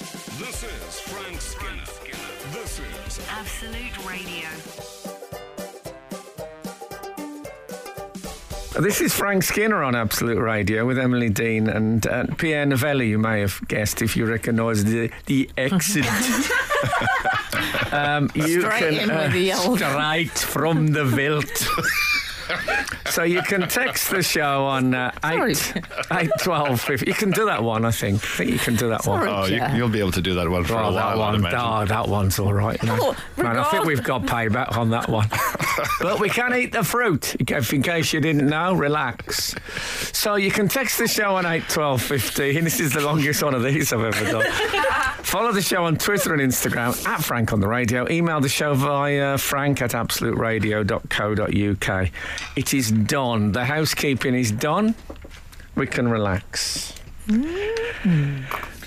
This is Frank Skinner. This is Absolute Radio. This is Frank Skinner on Absolute Radio with Emily Dean and uh, Pierre Novelli, you may have guessed if you recognise the, the exit. um, you Straight in with Uh, the old- Straight from the vilt. so you can text the show on uh, 8, Sorry. 8 12 50. You can do that one, I think. I think you can do that one. Sorry. Oh, Yeah. you, you'll be able to do that well for Oh, a that while, I'd one, imagine. oh, that one's all right. Man. Oh, Man, I regard- think we've got payback on that one. but we can eat the fruit. If, in case you didn't know, relax. So you can text the show on eight twelve fifteen. This is the longest one of these I've ever done. Follow the show on Twitter and Instagram at Frank on the Radio. Email the show via frank at absoluteradio.co.uk. It is done. The housekeeping is done. We can relax.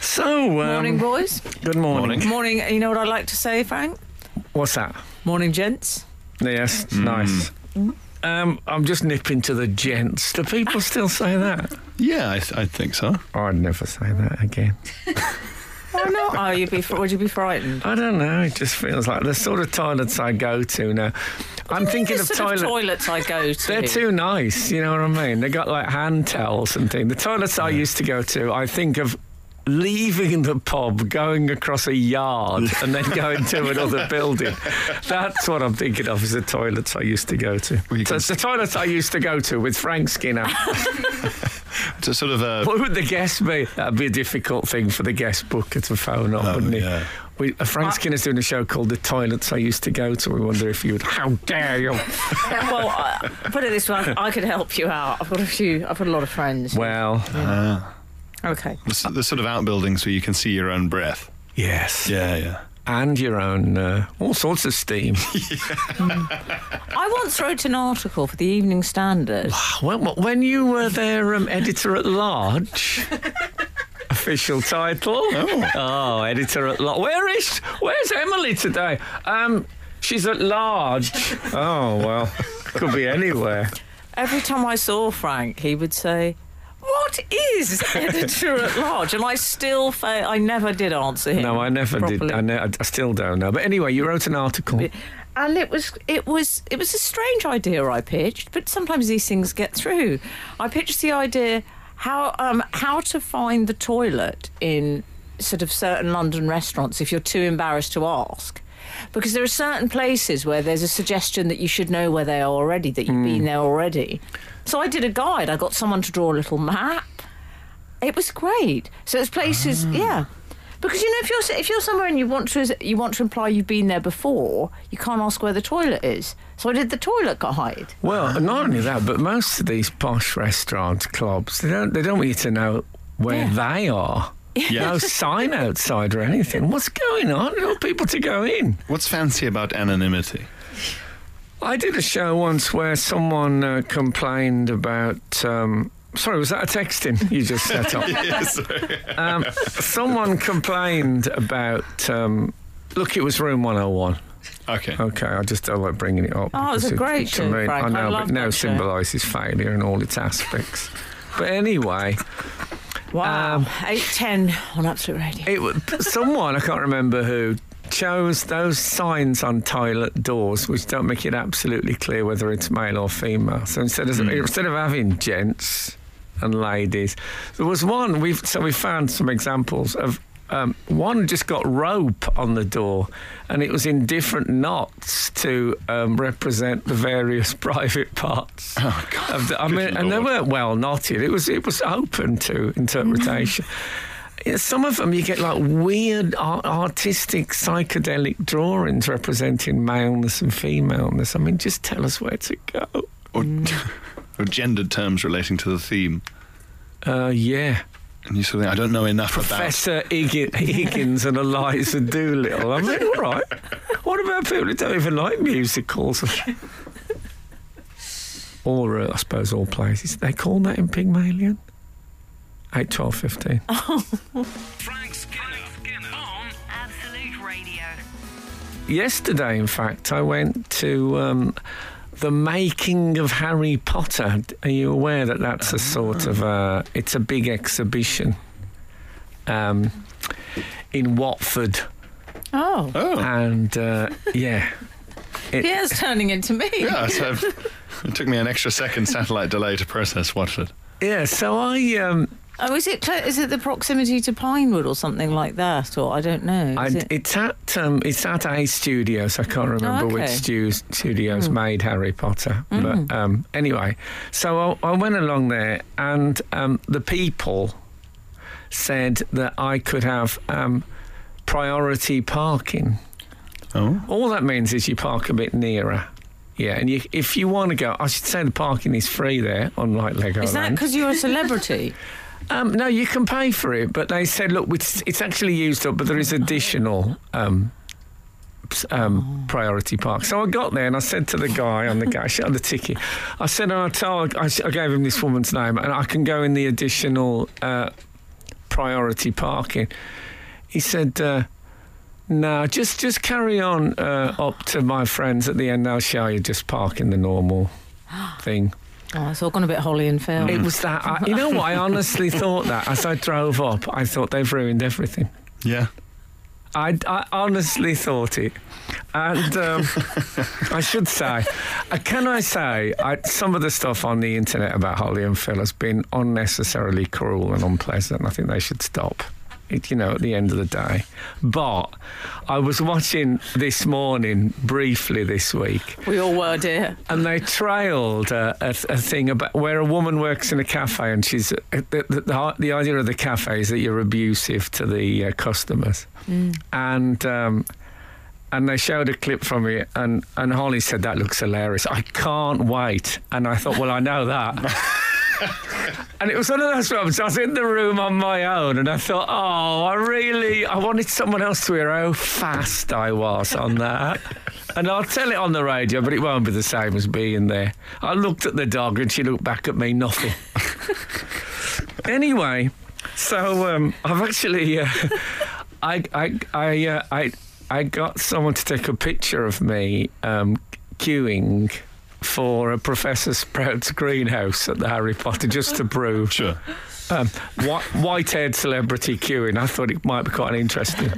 So, um, Morning, boys. good morning. Morning. You know what I like to say, Frank? What's that? Morning, gents. Yes, nice. Um, I'm just nipping to the gents. Do people still say that? Yeah, I, th- I think so. I'd never say that again. Why not? Oh, you'd be. fr- Would you be frightened? I don't know. It just feels like the sort of toilets I go to now. I'm thinking The of sort toilet. of toilets I go to. They're too nice, you know what I mean? They got like hand towels and things. The toilets I used to go to, I think of leaving the pub, going across a yard, and then going to another building. That's what I'm thinking of as the toilets I used to go to. Well, you so can it's the toilets I used to go to with Frank Skinner. It's a sort of a. What would the guest be? That'd be a difficult thing for the guest booker to phone up, Oh, wouldn't it? yeah. We, uh, Frank Skinner's doing a show called The Toilets I Used to Go To. We wonder if you would. How dare you? well, I, put it this way: I could help you out. I've got a few. I've got a lot of friends. Well, Okay. The, s- the sort of outbuildings where you can see your own breath. yes. Yeah, yeah. And your own, uh, all sorts of steam. I once wrote an article for the Evening Standard. when, Ah, when you were their um, editor at large. Official title. Oh. editor at large. Where is? Where's Emily today? Um, she's at large. oh well, could be anywhere. Every time I saw Frank, he would say, "What is editor at large?" And I still, fa- I never did answer him. No, I never did. properly. I, ne- I still don't know. But anyway, you wrote an article. and it was it was it was a strange idea I pitched, but sometimes these things get through. I pitched the idea how um, how to find the toilet in sort of certain London restaurants if you're too embarrassed to ask. Because there are certain places where there's a suggestion that you should know where they are already, that you've been there already. So I did a guide. I got someone to draw a little map. It was great. So it's Ah. places, yeah. Because you know, if you're if you're somewhere and you want to you want to imply you've been there before, you can't ask where the toilet is. So I did the toilet guide. Well, not only that, but most of these posh restaurants, clubs, they don't they don't want you to know where Yeah. they are. No sign outside or anything. What's going on? You want people to go in. What's fancy about anonymity? I did a show once where someone uh, complained about. Um, sorry, was that a texting you just set up? yes. um, someone complained about. Um, look, it was room 101. Okay. Okay, I just I like bringing it up. Oh, it was because a great to show, me- Frank. I I know, but loved now that show. symbolises failure in all its aspects. But anyway, Wow, Um, eight ten on Absolute Radio. it was someone I can't remember who chose those signs on toilet doors, which don't make it absolutely clear whether it's male or female. So instead of instead of having gents and ladies, there was one. We've so we found some examples of. Um, one just got rope on the door, and it was in different knots to um, represent the various private parts. Oh, God. Of the, I Good mean, and they Lord. weren't well knotted. It was it was open to interpretation. Yeah, Some of them you get like weird ar- artistic psychedelic drawings representing maleness and femaleness. I mean, just tell us where to go. Or, or gendered terms relating to the theme. Uh, yeah, And you sort of think, I don't know enough about. Professor Higgi- Higgins and Eliza Doolittle. I mean, all right. What about people who don't even like musicals? or uh, I suppose all places. They call that in Pygmalion. Eight, twelve, fifteen. Frank Skinner, on Absolute Radio. Yesterday, in fact, I went to um, the making of Harry Potter. D- Are you aware that that's a sort of a, it's a big exhibition? Um, in Watford, Oh. Oh. and uh, yeah, it, Yeah, it's turning into me. Yeah, so it took me an extra second satellite delay to process Watford. yeah. So I, um, Oh, is it clo- is it the proximity to Pinewood or something like that? Or I don't know. I Is it- Oh, it's at um, it's at a studio, so I can't remember which okay. Hmm. studios, studios made Harry Potter. But um, anyway, so I, I went along there, and um, the people said that I could have um, priority parking. Oh. All that means is you park a bit nearer. Yeah, and you, if you want to go, I should say the parking is free there, unlike Legoland. Is that because you're a celebrity? Um, no, you can pay for it, but they said, look, it's, it's actually used up, but there is additional um, s- um, priority park. So I got there and I said to the guy on the guy, shut the ticket. I said, oh, I, tell, I, s- I gave him this woman's name, and I can go in the additional uh, priority parking. He said, uh, no, just just carry on uh, up to my friends at the end. I'll show you. Just park in the normal thing. oh, it's all gone a bit Holly and Phil. It was that. I, you know what? I honestly thought that as I drove up, I thought they've ruined everything. Yeah. I, I honestly thought it. And um, I should say, uh, can I say, I, some of the stuff on the internet about Holly and Phil has been unnecessarily cruel and unpleasant. I think they should stop. It, you know, at the end of the day. But I was watching this morning, briefly this week, we all were, dear. and they trailed a, a, a thing about where a woman works in a cafe and she's uh, the, the, the, the idea of the cafe is that you're abusive to the uh, customers and um, and they showed a clip from it and, and Holly said that looks hilarious I can't wait and I thought well I know that And it was one of those moments. I was in the room on my own, and I thought, "Oh, I really, I wanted someone else to hear how fast I was on that." And I'll tell it on the radio, but it won't be the same as being there. I looked at the dog, and she looked back at me, nothing. anyway, so um, I've actually, uh, I, I, I, uh, I, I got someone to take a picture of me um, queuing for a Professor Sprout's greenhouse at the Harry Potter, just to prove Sure. um, white, white-haired celebrity queuing. I thought it might be quite an interesting.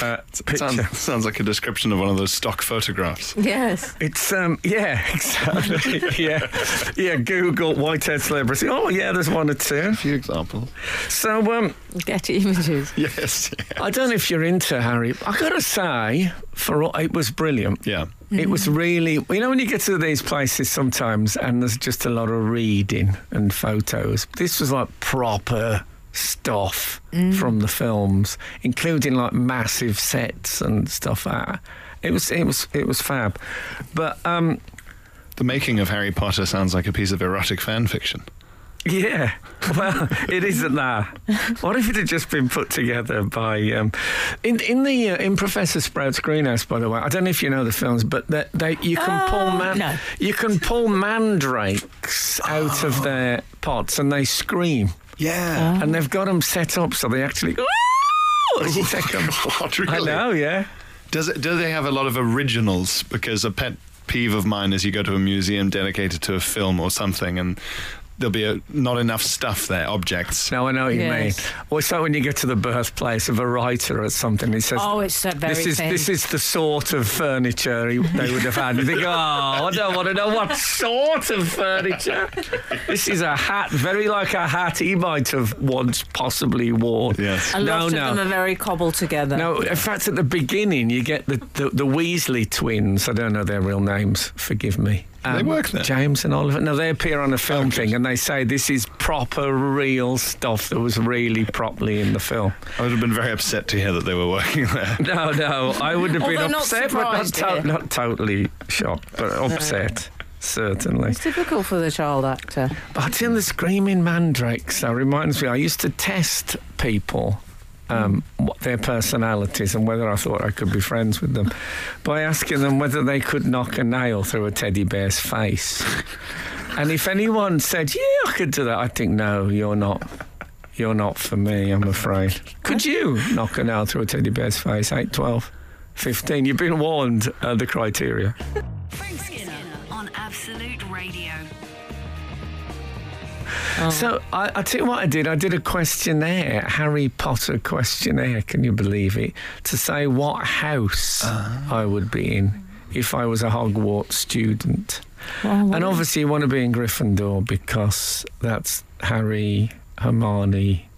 Uh, picture. Sounds, sounds like a description of one of those stock photographs. Yes. It's um yeah exactly yeah yeah Google whitehead celebrity oh yeah there's one or two A few examples. so um Getty images. Yes. Yeah. I don't know if you're into Harry I gotta say for all, it was brilliant yeah. It was really, you know, when you get to these places sometimes and there's just a lot of reading and photos. This was like proper stuff from the films, including like massive sets and stuff. like that. It was, it was, it was fab. But um, The making of Harry Potter sounds like a piece of erotic fan fiction. yeah, well, it isn't that. What if it had just been put together by um, in in the uh, in Professor Sprout's greenhouse? By the way, I don't know if you know the films, but they, they you can pull man Oh, no. you can pull mandrakes out of their pots and they scream, Yeah. Oh. and they've got them set up so they actually. as you take 'em. God, I really? know, yeah. Does it, do they have a lot of originals? Because a pet peeve of mine is you go to a museum dedicated to a film or something, and there'll be a, not enough stuff there, objects. No, I know what you Yes. mean. Well, it's like when you go to the birthplace of a writer or something. It says, Oh, it's that very this is thing. this is the sort of furniture he- they would have had." You think, "Oh, I don't want to know what sort of furniture." this is a hat, very like a hat he might have once possibly worn. Yes. A lot no, of no. them are very cobbled together. No, in fact, at the beginning, you get the, the, the Weasley twins. I don't know their real names, forgive me. Um, They work there. James and Oliver. No, they appear on a film Okay. thing and they say this is proper, real stuff that was really properly in the film. I would have been very upset to hear that they were working there. No, no, I would have been Although not upset, but not, surprised, to- yeah. not totally shocked, but upset, certainly. It's difficult for the child actor. But in the Screaming Mandrakes, that reminds me, I used to test people, um, what their personalities, and whether I thought I could be friends with them by asking them whether they could knock a nail through a teddy bear's face. and if anyone said, Yeah, I could do that, I'd think, No, you're not. You're not for me, I'm afraid. Could you knock a nail through a teddy bear's face? 8, 12, 15. You've been warned uh, the criteria. Frank Skinner on Absolute Radio. So I, I tell you what I did. I did a questionnaire, Harry Potter questionnaire. Can you believe it? To say what house I would be in if I was a Hogwarts student. and obviously, you want to be in Gryffindor because that's Harry, Hermione,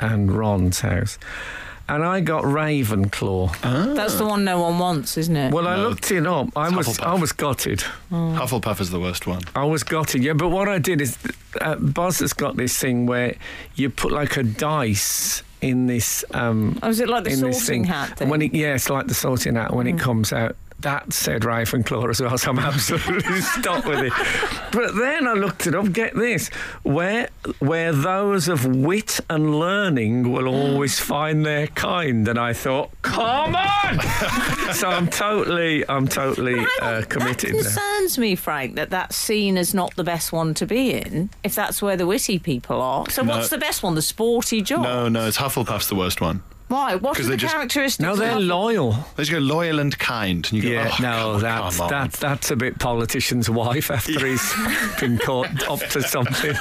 and Ron's house. And I got Ravenclaw. That's the one no one wants, isn't it? well, I No. looked it up. I was, Hufflepuff. I was gutted. Mm. Hufflepuff is the worst one. I was got it, yeah. But what I did is, uh, Buzz has got this thing where you put like a dice in this. Um, Oh, is it like the in this sorting hat And thing? Mm-hmm. When it, yeah, it's like the sorting hat. When it comes out, that said Ravenclaw as well. So I'm absolutely stuck with it. But then I looked it up. Get this: where where those of wit and learning will always find their kind. And I thought, come on! so I'm totally, I'm totally uh, committed. That now. concerns me, Frank, that that scene is not the best one to be in if that's where the witty people are. So, No. what's the best one? The sporty job? No, no, it's Hufflepuff's the worst one. Why? What are 'Cause the they just- characteristics? No, of they're that? loyal. They just go loyal and kind, and you go, Yeah, oh, come no, on, that's come on." that's that's a bit politician's wife after he's been caught up to something.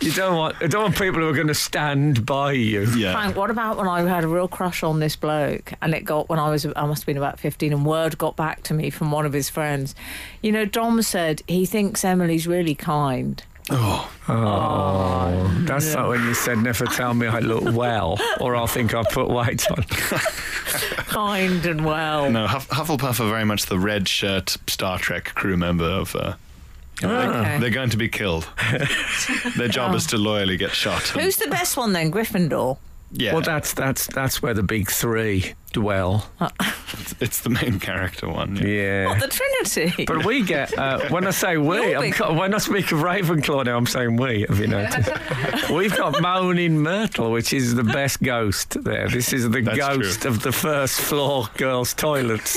you don't want you don't want people who are going to stand by you. yeah. Frank, what about when I had a real crush on this bloke and it got when I was I must have been about 15 and word got back to me from one of his friends. You know, Dom said he thinks Emily's really kind. Oh, That's like when you said, "Never tell me I look well, or I'll think I put weight on." Kind and well. no, Huff- Hufflepuff are very much the red shirt Star Trek crew member of. Uh, Ah. you know, they- Okay. Oh. They're going to be killed. Their job is to loyally get shot. and- Who's the best one then? Gryffindor. yeah, Well, that's that's that's where the big three dwell. it's the main character one. yeah. Yeah. Oh, The Trinity. But we get uh, when I say we, You're I'm, big. co- when I speak of Ravenclaw now, I'm saying we. Have you noticed? We've got Moaning Myrtle, which is the best ghost there. This is the That's ghost true. of the first floor girls' toilets.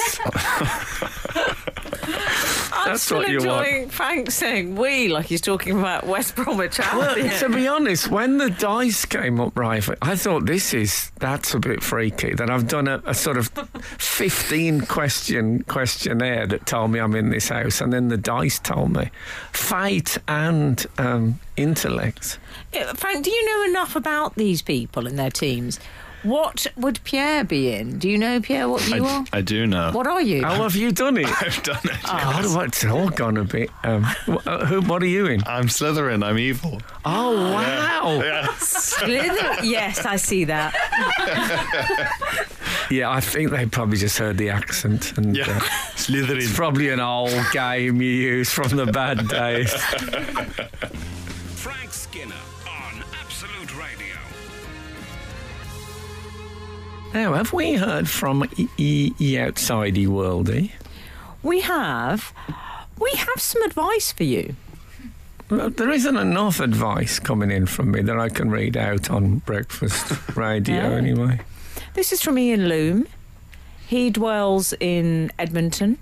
I'm That's still what you want. enjoying Frank saying we like he's talking about West Bromwich Albion. Well, to be honest, when the dice came up, Rife, I thought this is that's a bit freaky. That I've done a, a sort of fifteen question questionnaire that told me I'm in this house, and then the dice told me fate and um, intellect. Yeah, Frank, do you know enough about these people and their teams? What would Pierre be in? Do you know Pierre what you I, are? I do know. What are you? How have you done it? I've done it. God, what's it all gone a bit? Um, wh- uh, who? What are you in? I'm Slytherin. I'm evil. Oh wow! Yeah, Slither- yes, I see that. I think they probably just heard the accent, and Yeah, uh, it's Slytherin. probably an old game you use from the bad days. Frank Skinner on Absolute Radio. now, have we heard from e, e-, e- outsidey worldy? We have, we have some advice for you. Well, There isn't enough advice coming in from me that I can read out on breakfast radio, No. anyway. This is from Ian Loom. He dwells in Edmonton,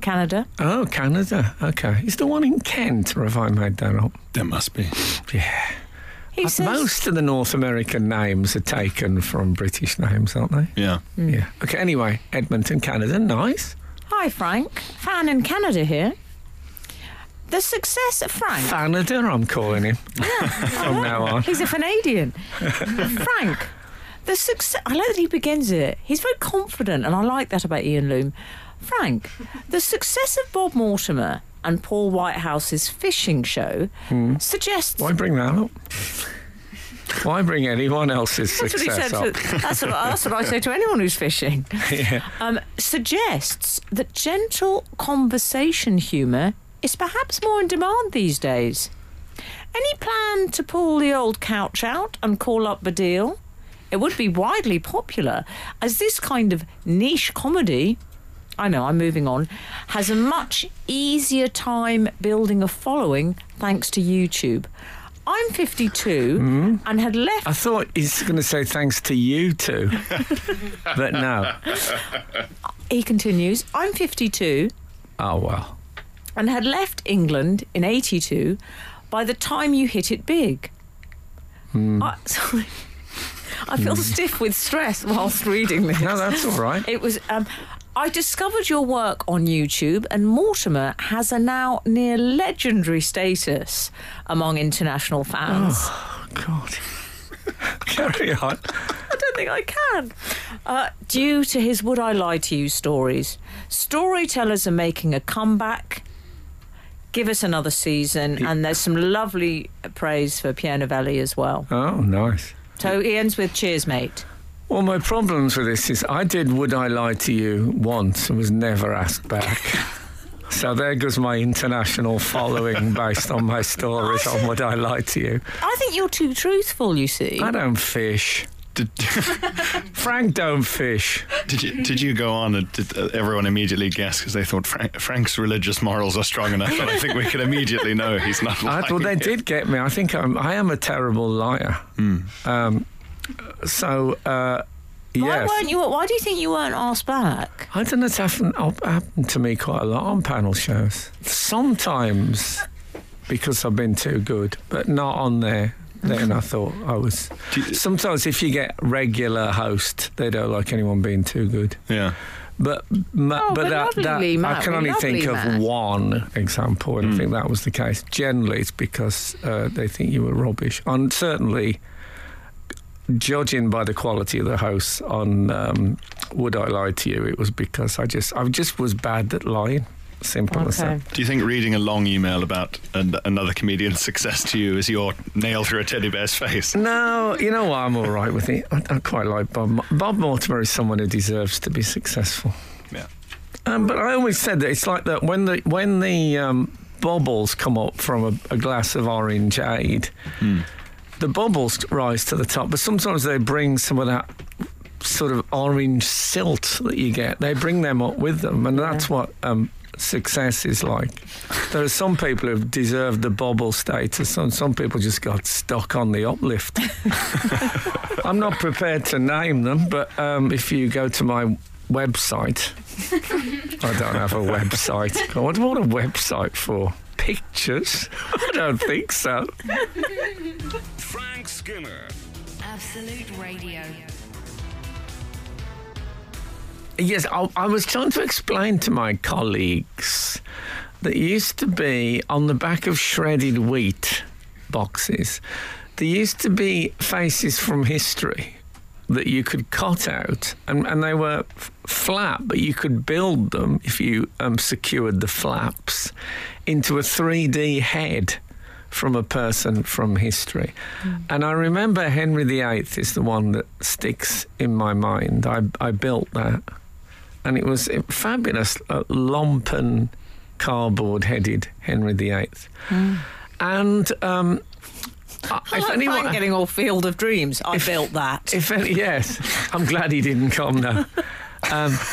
Canada. Oh, Canada. Okay, it's the one in Kent, or have I made that up? There must be. Yeah. He says, Most of the North American names are taken from British names, aren't they? Yeah. Hmm. Yeah. Okay, anyway, Edmonton, Canada, nice. "Hi, Frank. Fan in Canada here. The success of Frank." Canada, I'm calling him from now on. He's a Canadian. Frank, the success. I like that he begins it. He's very confident, and I like that about Ian Loom. Frank, the success of Bob Mortimer and Paul Whitehouse's fishing show suggests. Hmm. Why bring that up? Why bring anyone else's That's what, he success said up? to- that's, what, that's what I say to anyone who's fishing. Um, suggests that gentle conversation humour is perhaps more in demand these days. Any plan to pull the old couch out and call up Badil? It would be widely popular, as this kind of niche comedy. I know, I'm moving on. Has a much easier time building a following thanks to YouTube. I'm 52 and had left Hmm? I thought he's going to say thanks to you two. but no. He continues, I'm 52 Oh, well. and had left England in 82 by the time you hit it big. I, sorry. I feel stiff with stress whilst reading this. No, that's all right. It was, um, I discovered your work on YouTube, and Mortimer has a now near legendary status among international fans. God. Carry on. I don't think I can. Uh, due to his Would I Lie to You stories, storytellers are making a comeback. Give us another season, and there's some lovely praise for Pierre Novelli as well. Oh, nice. So he ends with cheers, mate. Well, my problems with this is I did Would I Lie to You once and was never asked back. so there goes my international following based on my stories on Would I Lie to You. I think you're too truthful, you see. I don't fish. Did, Frank don't fish. did you did you go on and did uh, everyone immediately guess because they thought Frank, Frank's religious morals are strong enough? And I think we can immediately know he's not lying. I, well, they did get me. I think I'm, I am a terrible liar. Um, so, uh, Hmm. Why yeah. weren't you? Why do you think you weren't asked back? I don't know, it's happened, op- happened to me quite a lot on panel shows. Sometimes because I've been too good, but not on there. Then I thought I was. Do you- Sometimes if you get regular host, they don't like anyone being too good. Yeah. But ma- Oh, but we're that, lovely, that I Matt, can we're only lovely, think of Matt. one example, and I think that was the case. Generally, it's because uh, they think you were rubbish, and certainly, judging by the quality of the house on um, "Would I Lie to You," it was because I just I just was bad at lying. Simple as that. Do you think reading a long email about an, another comedian's success to you is your nail through a teddy bear's face? Mm. No, you know what? I'm all right with it. I, I quite like Bob. Mo- Bob Mortimer is someone who deserves to be successful. Yeah. Um, but I always said that it's like that when the when the um, bubbles come up from a, a glass of orangeade, the bubbles rise to the top. But sometimes they bring some of that sort of orange silt that you get. They bring them up with them, and that's what um, success is like. There are some people who've deserved the bubble status, and some people just got stuck on the uplift. I'm not prepared to name them, but um, if you go to my website, I don't have a website. God, what a website for? Pictures? I don't think so. Frank Skinner. Absolute Radio. Yes, I, I was trying to explain to my colleagues that used to be on the back of shredded wheat boxes, there used to be faces from history that you could cut out, and, and they were f- flat, but you could build them if you um, secured the flaps into a 3D head. From a person from history. And I remember Henry VIII is the one that sticks in my mind. I, I built that and it was a fabulous uh, lumpen cardboard headed Henry VIII. And um, I- if Like Frank anyone, getting all Field of Dreams. I built that. if any, yes, I'm glad he didn't come now. Um,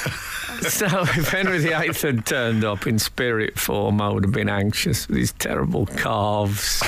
so if Henry VIII had turned up in spirit form, I would have been anxious with his terrible calves.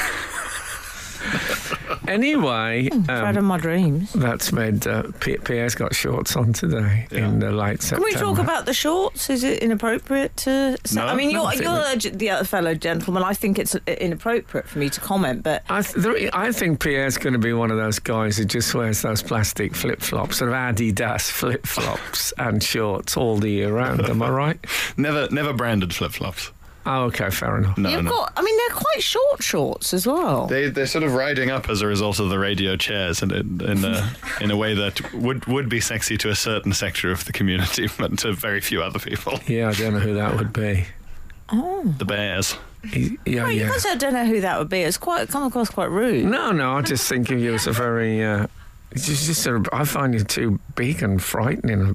anyway, Hmm, um, Thread of my dreams. that's made uh, P- Pierre's got shorts on today in the late Can September. we talk about the shorts? Is it inappropriate to? say- No. I mean, No, you're, I think you're the other fellow gentleman. I think it's inappropriate for me to comment, but I, th- there, I think Pierre's going to be one of those guys who just wears those plastic flip flops, sort of Adidas flip flops and shorts all the year round. Am I right? Never never branded flip flops. Oh, okay, fair enough. No, you've no. got. I mean, they're quite short shorts as well. They they're sort of riding up as a result of the radio chairs, and in in a, in a way that would would be sexy to a certain sector of the community, but to very few other people. Yeah, I don't know who that would be. The bears. He- yeah, Well, You yeah. Mm. guys, I don't know who that would be. It's quite come across quite rude. No, no, I just think of you as a very. Uh, it's just, just sort of, I find you too big and frightening,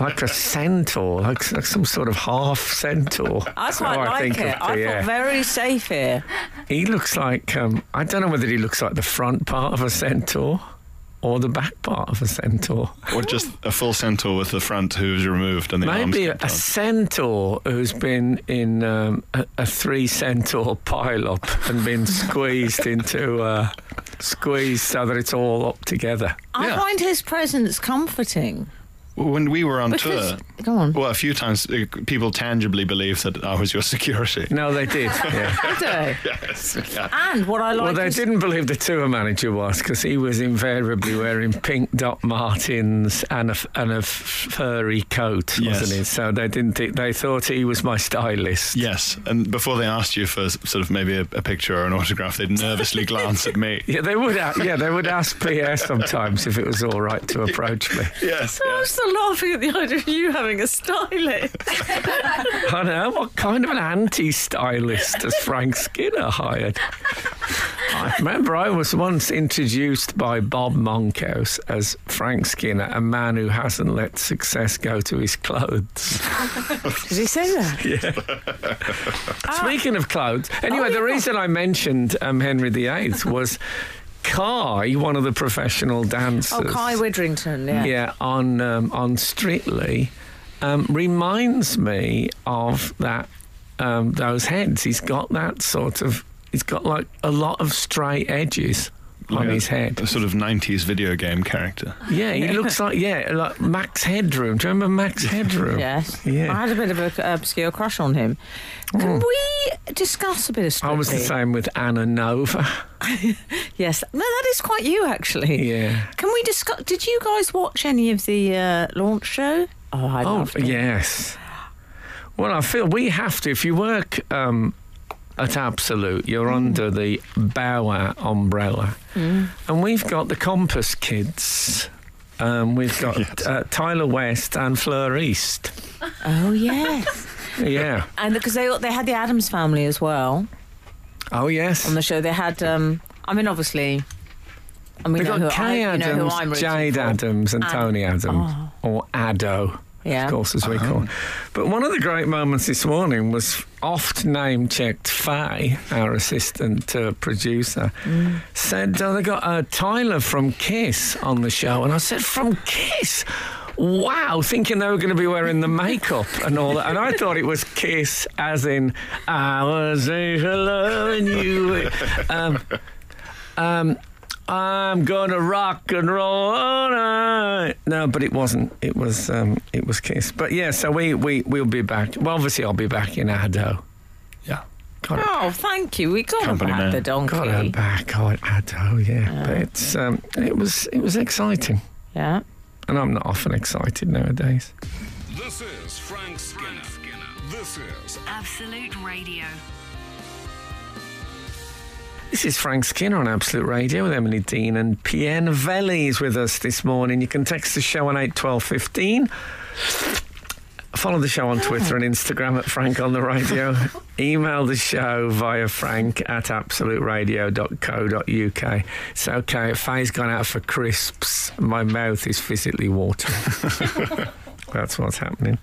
like a centaur, like, like some sort of half centaur. I That's quite how I like think it. of I Pierre. feel very safe here. He looks like um, I don't know whether he looks like the front part of a centaur or the back part of a centaur. Or just a full centaur with the front who's removed and the arms Maybe a, kept a on. centaur who's been in um, a, a three centaur pile-up and been squeezed into uh, squeezed so that it's all up together. I Yeah. find his presence comforting. When we were on Because- tour, Go on. Well, a few times uh, people tangibly believe that I was your security. No, they did. Yeah. Photo. Yes. Yeah. And what I like Well, they is didn't believe the tour manager was because he was invariably wearing pink Doc Martens and a, f- and a f- furry coat, Yes. wasn't he? So they didn't. Think, they thought he was my stylist. Yes, and before they asked you for s- sort of maybe a, a picture or an autograph, they'd nervously glance at me. Yeah, they would. a yeah, they would ask PA sometimes if it was all right to approach me. Yes, I yes. was still laughing at the idea of you having a stylist. I know what kind of an anti-stylist has Frank Skinner hired. I remember I was once introduced by Bob Monkhouse as Frank Skinner, a man who hasn't let success go to his clothes. Did he say that? Ah. Speaking of clothes, Oh, anyway, the reason I mentioned um, Henry VIII was Kai, one of the professional dancers. Oh, Kai Widrington, yeah. yeah, on um, on Strictly, um, reminds me of that um, those heads. He's got that sort of. He's got like a lot of straight edges on Like a- his head. A sort of 90s video game character. Yeah, he looks like yeah, like Max Headroom. Do you remember Max Headroom? Yes. Yeah. Mm. I had a bit of an obscure crush on him. Can we discuss a bit of I Strictly? was the same with Anna Nova. Yes. No, that is quite you, actually. Yeah. Can we discuss? Did you guys watch any of the uh, launch show? Oh, I Oh, loved it. yes. Well, I feel we have to. If you work um, at Absolute, you're under the Bauer umbrella. And we've got the Compass Kids. Um, we've got Yes. uh, Tyler West and Fleur East. Oh, yes. Yeah. and because they they had the Adams family as well Oh, yes. on the show. They had. Um, I mean, obviously. I mean, We've got Kay I, you know who Adams, I'm rooting Jade for. Adams, and And- Tony Adams, Oh. or Addo. Yeah. of course, as we call it. But one of the great moments this morning was oft name checked Faye, our assistant uh, producer, said oh, they got uh, Tyler from Kiss on the show. And I said, From Kiss? Wow, thinking they were going to be wearing the makeup and all that. And I thought it was Kiss, as in, I was alone, you. Um, um, I'm gonna rock and roll all night. No, but it wasn't. It was um, it was Kiss. But yeah, so we we will be back. Well, obviously I'll be back in Addo. Yeah, got it. Oh, thank you. We got Company back man. the donkey. Got her back. Oh, Addo. Yeah, but it's um, it was it was exciting, Yeah. and I'm not often excited nowadays. This is Frank Skinner. This is Absolute Radio. This is Frank Skinner on Absolute Radio with Emily Dean and Pierre Velli is with us this morning. You can text the show on eight twelve fifteen. Follow the show on Twitter and Instagram at Frank on the Radio. Email the show via frank at absoluteradio.co.uk. It's okay, Faye's gone out for crisps. My mouth is physically watering. That's what's happening.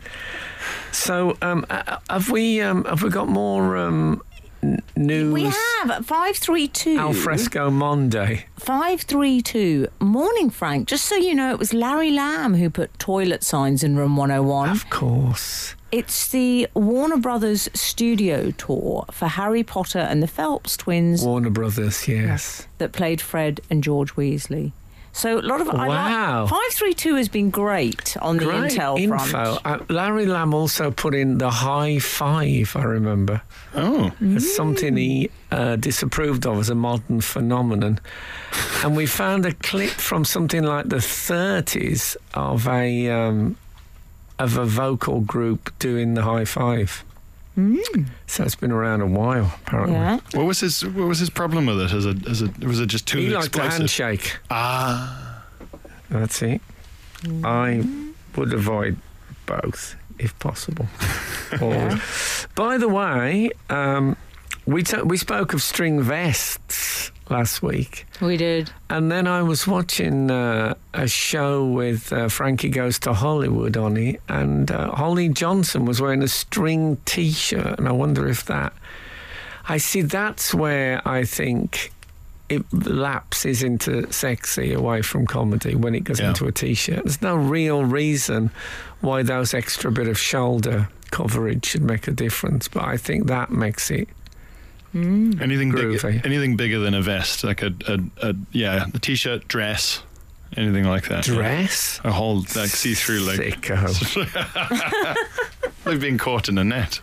So, um, uh, have we um, have we got more um, n- news? We have 532. Alfresco Monday. 532. Morning, Frank. Just so you know, it was Larry Lamb who put toilet signs in room 101. Of course. It's the Warner Brothers studio tour for Harry Potter and the Phelps twins Warner Brothers, yes. that played Fred and George Weasley. So a lot of I Wow. like, 532 has been great on the Great intel info. front. Uh, Larry Lamb also put in the high five, I remember. Oh, Mm. It's something he uh, disapproved of as a modern phenomenon. and we found a clip from something like the 30s of a um, of a vocal group doing the high five. So it's been around a while, apparently. Mm. Yeah. what was his what was his problem with it? As a, as a, was it just too He liked a explosive? handshake. Ah, That's it. I would avoid both if possible. Always. By the way, um, we t- we spoke of string vests last week, We did. and then I was watching uh, a show with uh, Frankie Goes to Hollywood on it, and uh, Holly Johnson was wearing a string T-shirt, and I wonder if that. I see that's where I think. It lapses into sexy away from comedy when it goes Yeah. into a t-shirt. There's no real reason why those extra bit of shoulder coverage should make a difference, but I think that makes it anything big, Groovy. anything bigger than a vest, like a, a, a yeah, a t-shirt dress. anything like that. Dress? A whole like see-through like Sicko. they've been caught in a net.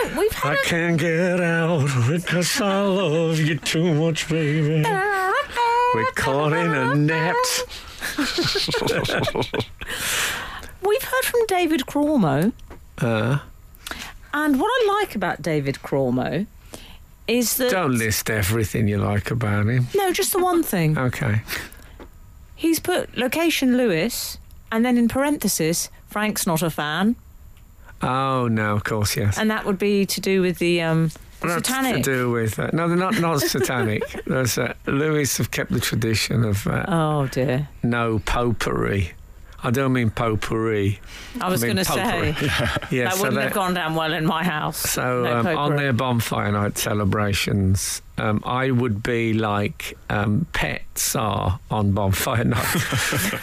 Frank, we've I had a. can't get out because I love you too much, baby. We're caught in a net. We've heard from David Cromo. Uh, And what I like about David Cromo is that. don't list everything you like about him. No, just the one thing. Okay. He's put location Lewis, and then in parenthesis, Frank's not a fan. Oh no, of course yes. And that would be to do with the um, That's Uh, satanic. to do with uh, no, they're not not satanic. There's, uh, Lewis have kept the tradition of uh, Oh dear. no popery. I don't mean potpourri. I was mean, going to say. potpourri. Yeah, that so wouldn't they- have gone down well in my house. So No um, on potpourri. their bonfire night celebrations, um, I would be like um, pets are on bonfire night.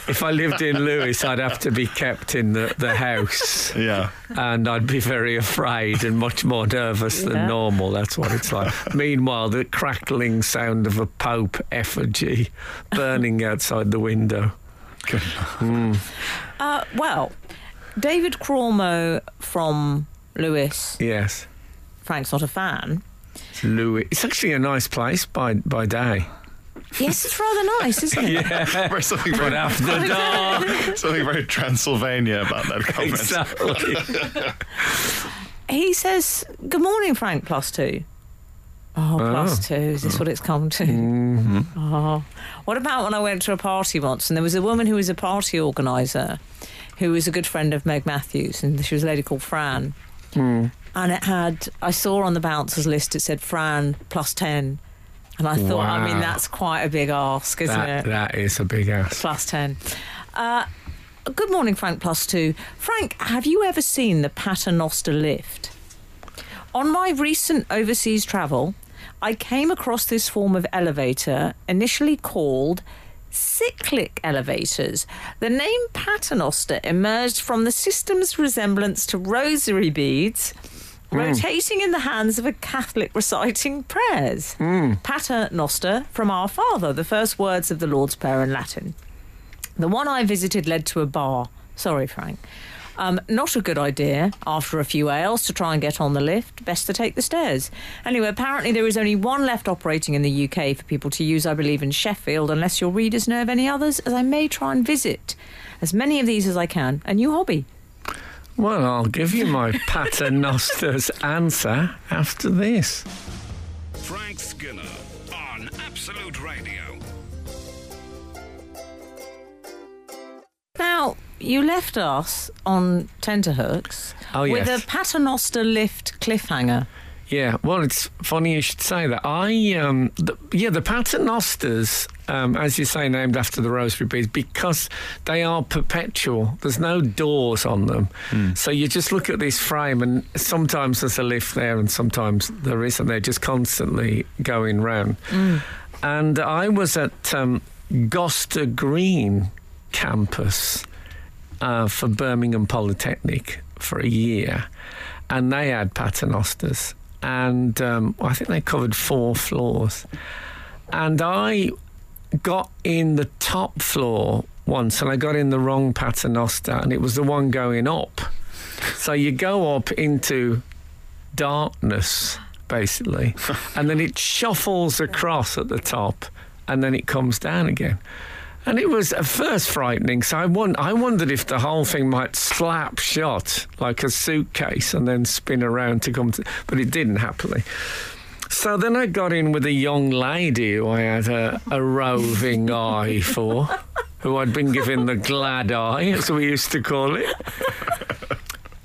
if I lived in Lewis, I'd have to be kept in the, the house, Yeah. and I'd be very afraid and much more nervous Yeah. than normal. That's what it's like. Meanwhile, the crackling sound of a pope effigy burning outside the window. Uh, well, David Cromo from Lewis, Yes, Frank's not a fan. Lewis. It's actually a nice place by by day. Yes, it's rather nice, isn't it? Or something very Oh, After dark. something very Transylvania about that comment. Exactly. He says, Good morning, Frank, plus two. Oh, Ah, plus two. Is this what it's come to? Mm-hmm. Oh. What about when I went to a party once and there was a woman who was a party organiser who was a good friend of Meg Matthews and she was a lady called Fran. Hmm. And it had, I saw on the bouncers list, it said Fran plus 10. And I thought, I mean, Wow. that's quite a big ask, isn't That, it? that is a big ass. Plus 10. Uh, good morning, Frank Plus 2. Frank, have you ever seen the Paternoster lift? On my recent overseas travel, I came across this form of elevator, initially called cyclic elevators. The name Paternoster emerged from the system's resemblance to rosary beads. Rotating in the hands of a Catholic reciting prayers. Pater Noster from Our Father, the first words of the Lord's Prayer in Latin. The one I visited led to a bar. Sorry, Frank. Um, not a good idea after a few ales to try and get on the lift. Best to take the stairs. Anyway, apparently there is only one left operating in the UK for people to use, I believe, in Sheffield, unless your readers know of any others, as I may try and visit as many of these as I can. A new hobby. Well, I'll give you my paternoster's answer after this. Frank Skinner on Absolute Radio. Now, you left us on tenterhooks Oh, with yes. a paternoster lift cliffhanger. Yeah, well, it's funny you should say that. I, um, the, yeah, the paternosters, um, as you say, named after the rosary beads because they are perpetual. There's no doors on them, so you just look at this frame, and sometimes there's a lift there, and sometimes there isn't. They're just constantly going round. And I was at um, Goster Green campus uh, for Birmingham Polytechnic for a year, and they had paternosters, and um, I think they covered four floors, and I got in the top floor once, and I got in the wrong paternoster, and it was the one going up, so you go up into darkness basically, and then it shuffles across at the top, and then it comes down again. And it was at first frightening, so I, won- I wondered if the whole thing might slap shut like a suitcase and then spin around to come to. But it didn't, happily. So then I got in with a young lady who I had a, a roving eye for, who I'd been given the glad eye, as we used to call it.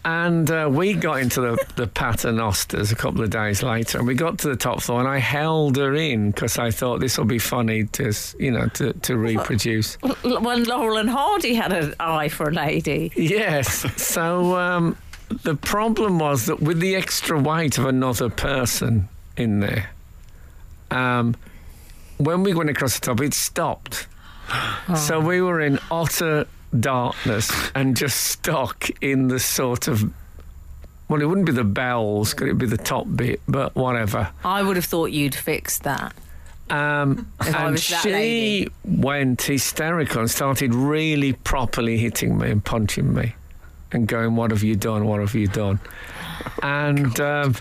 And uh, we got into the, the Paternosters a couple of days later, and we got to the top floor, and I held her in because I thought this will be funny to, s- you know, to, to reproduce. L- When Laurel and Hardy had an eye for a lady. Yes. So um, the problem was that with the extra weight of another person in there, um, when we went across the top, it stopped. So we were in utter darkness and just stuck in the sort of. Well, it wouldn't be the bells, could it be the top bit, but whatever. I would have thought you'd fixed that. Um, If I and was that she lady. went hysterical and started really properly hitting me and punching me and going, What have you done? What have you done? And um,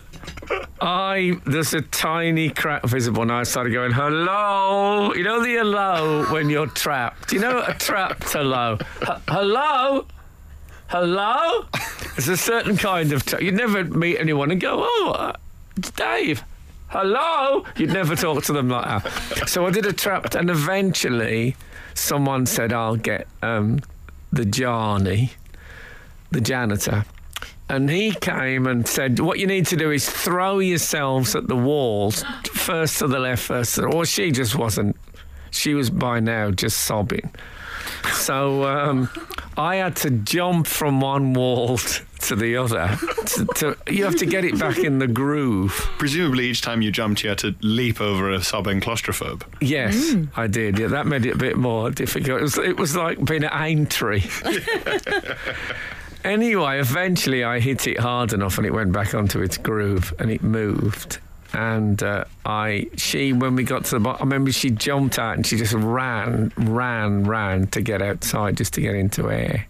I, there's a tiny crack visible, and I started going, Hello. You know the hello when you're trapped? You know a trapped hello? H- hello? Hello? It's a certain kind of. Tra- you'd never meet anyone and go, oh, uh, it's Dave, hello. You'd never talk to them like that. So I did a trapped, and eventually someone said, I'll get um, the Johnny, the janitor. And he came and said, What you need to do is throw yourselves at the walls, first to the left, first to the. Or she just wasn't. She was by now just sobbing. So um, I had to jump from one wall t- to the other. To, to, you have to get it back in the groove. Presumably, each time you jumped, you had to leap over a sobbing claustrophobe. Yes, I did. Yeah, that made it a bit more difficult. It was, it was like being at Aintree. anyway, eventually I hit it hard enough and it went back onto its groove and it moved. And uh, I, she, when we got to the bottom, I remember she jumped out and she just ran, ran, ran to get outside just to get into air.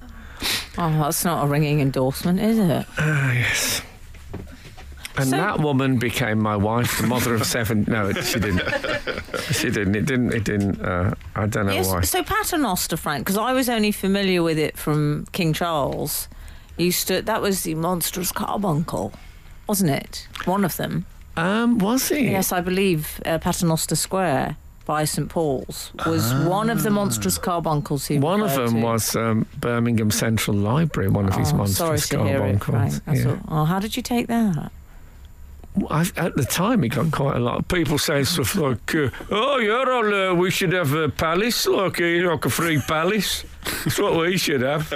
Oh, that's not a ringing endorsement, is it? Ah, yes. And So- that woman became my wife, the mother of seven. No, it- she didn't. She didn't. It didn't. It didn't. Uh, I don't know why. So Paternoster, Frank, because I was only familiar with it from King Charles. Used to that was the monstrous carbuncle, wasn't it? One of them. Um, was he? Yes, I believe uh, Paternoster Square by St Paul's was one of the monstrous carbuncles. He Ah. One of referred them to. was um, Birmingham Central Library. One of his Oh, sorry monstrous to hear it, Frank. carbuncles. That's Yeah. all. Oh, how did you take that? Well, I've, at the time, he got quite a lot of people saying stuff like, uh, "Oh, yeah, well, uh, we should have a palace, like, uh, like a free palace. That's what we should have."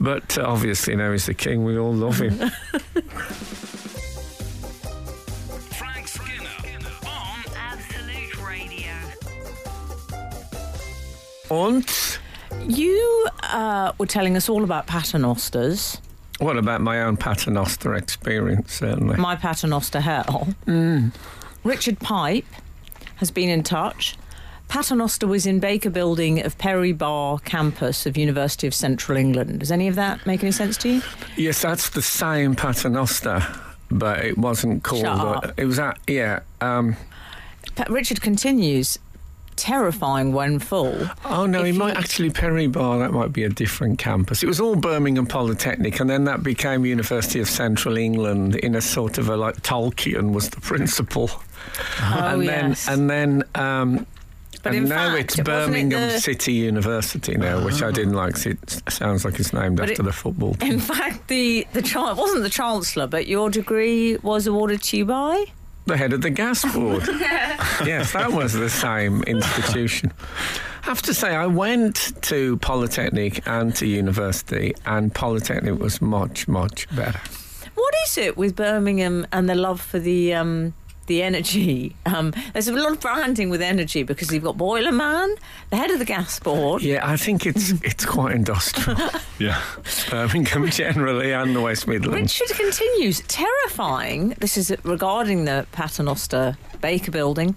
but uh, obviously, now he's the king. We all love him. Frank Skinner on Absolute Radio. Aunt. You uh, were telling us all about paternosters, What about my own paternoster experience, certainly? my paternoster hell. Mm. Richard Pipe has been in touch. Paternoster was in Baker Building of Perry Bar campus of University of Central England. Does any of that make any sense to you? yes, that's the same paternoster, but it wasn't called. Shut uh, up. It was at, yeah. Um, Pa- Richard continues, terrifying when full. oh, no, If it you- might actually, Perry Bar, that might be a different campus. It was all Birmingham Polytechnic, and then that became University of Central England in a sort of a like Tolkien was the principal. Oh, and then, yes. and then, um, But and in now fact, it's wasn't it Birmingham the- Ah. City University now, which I didn't like. 'cause It sounds like it's named But after it- the football team. in fact, the, the chan- it wasn't the Chancellor, but your degree was awarded to you by? the head of the gas board. yes, that was the same institution. I have to say, I went to Polytechnic and to university, and Polytechnic was much, much better. What is it with Birmingham and the love for the um, the energy? Um, there's a lot of branding with energy because you've got Boiler Man, the head of the gas board. Yeah, I think it's it's quite industrial, Yeah. Birmingham generally and the West Midlands. Richard continues, terrifying. This is regarding the Paternoster Baker building.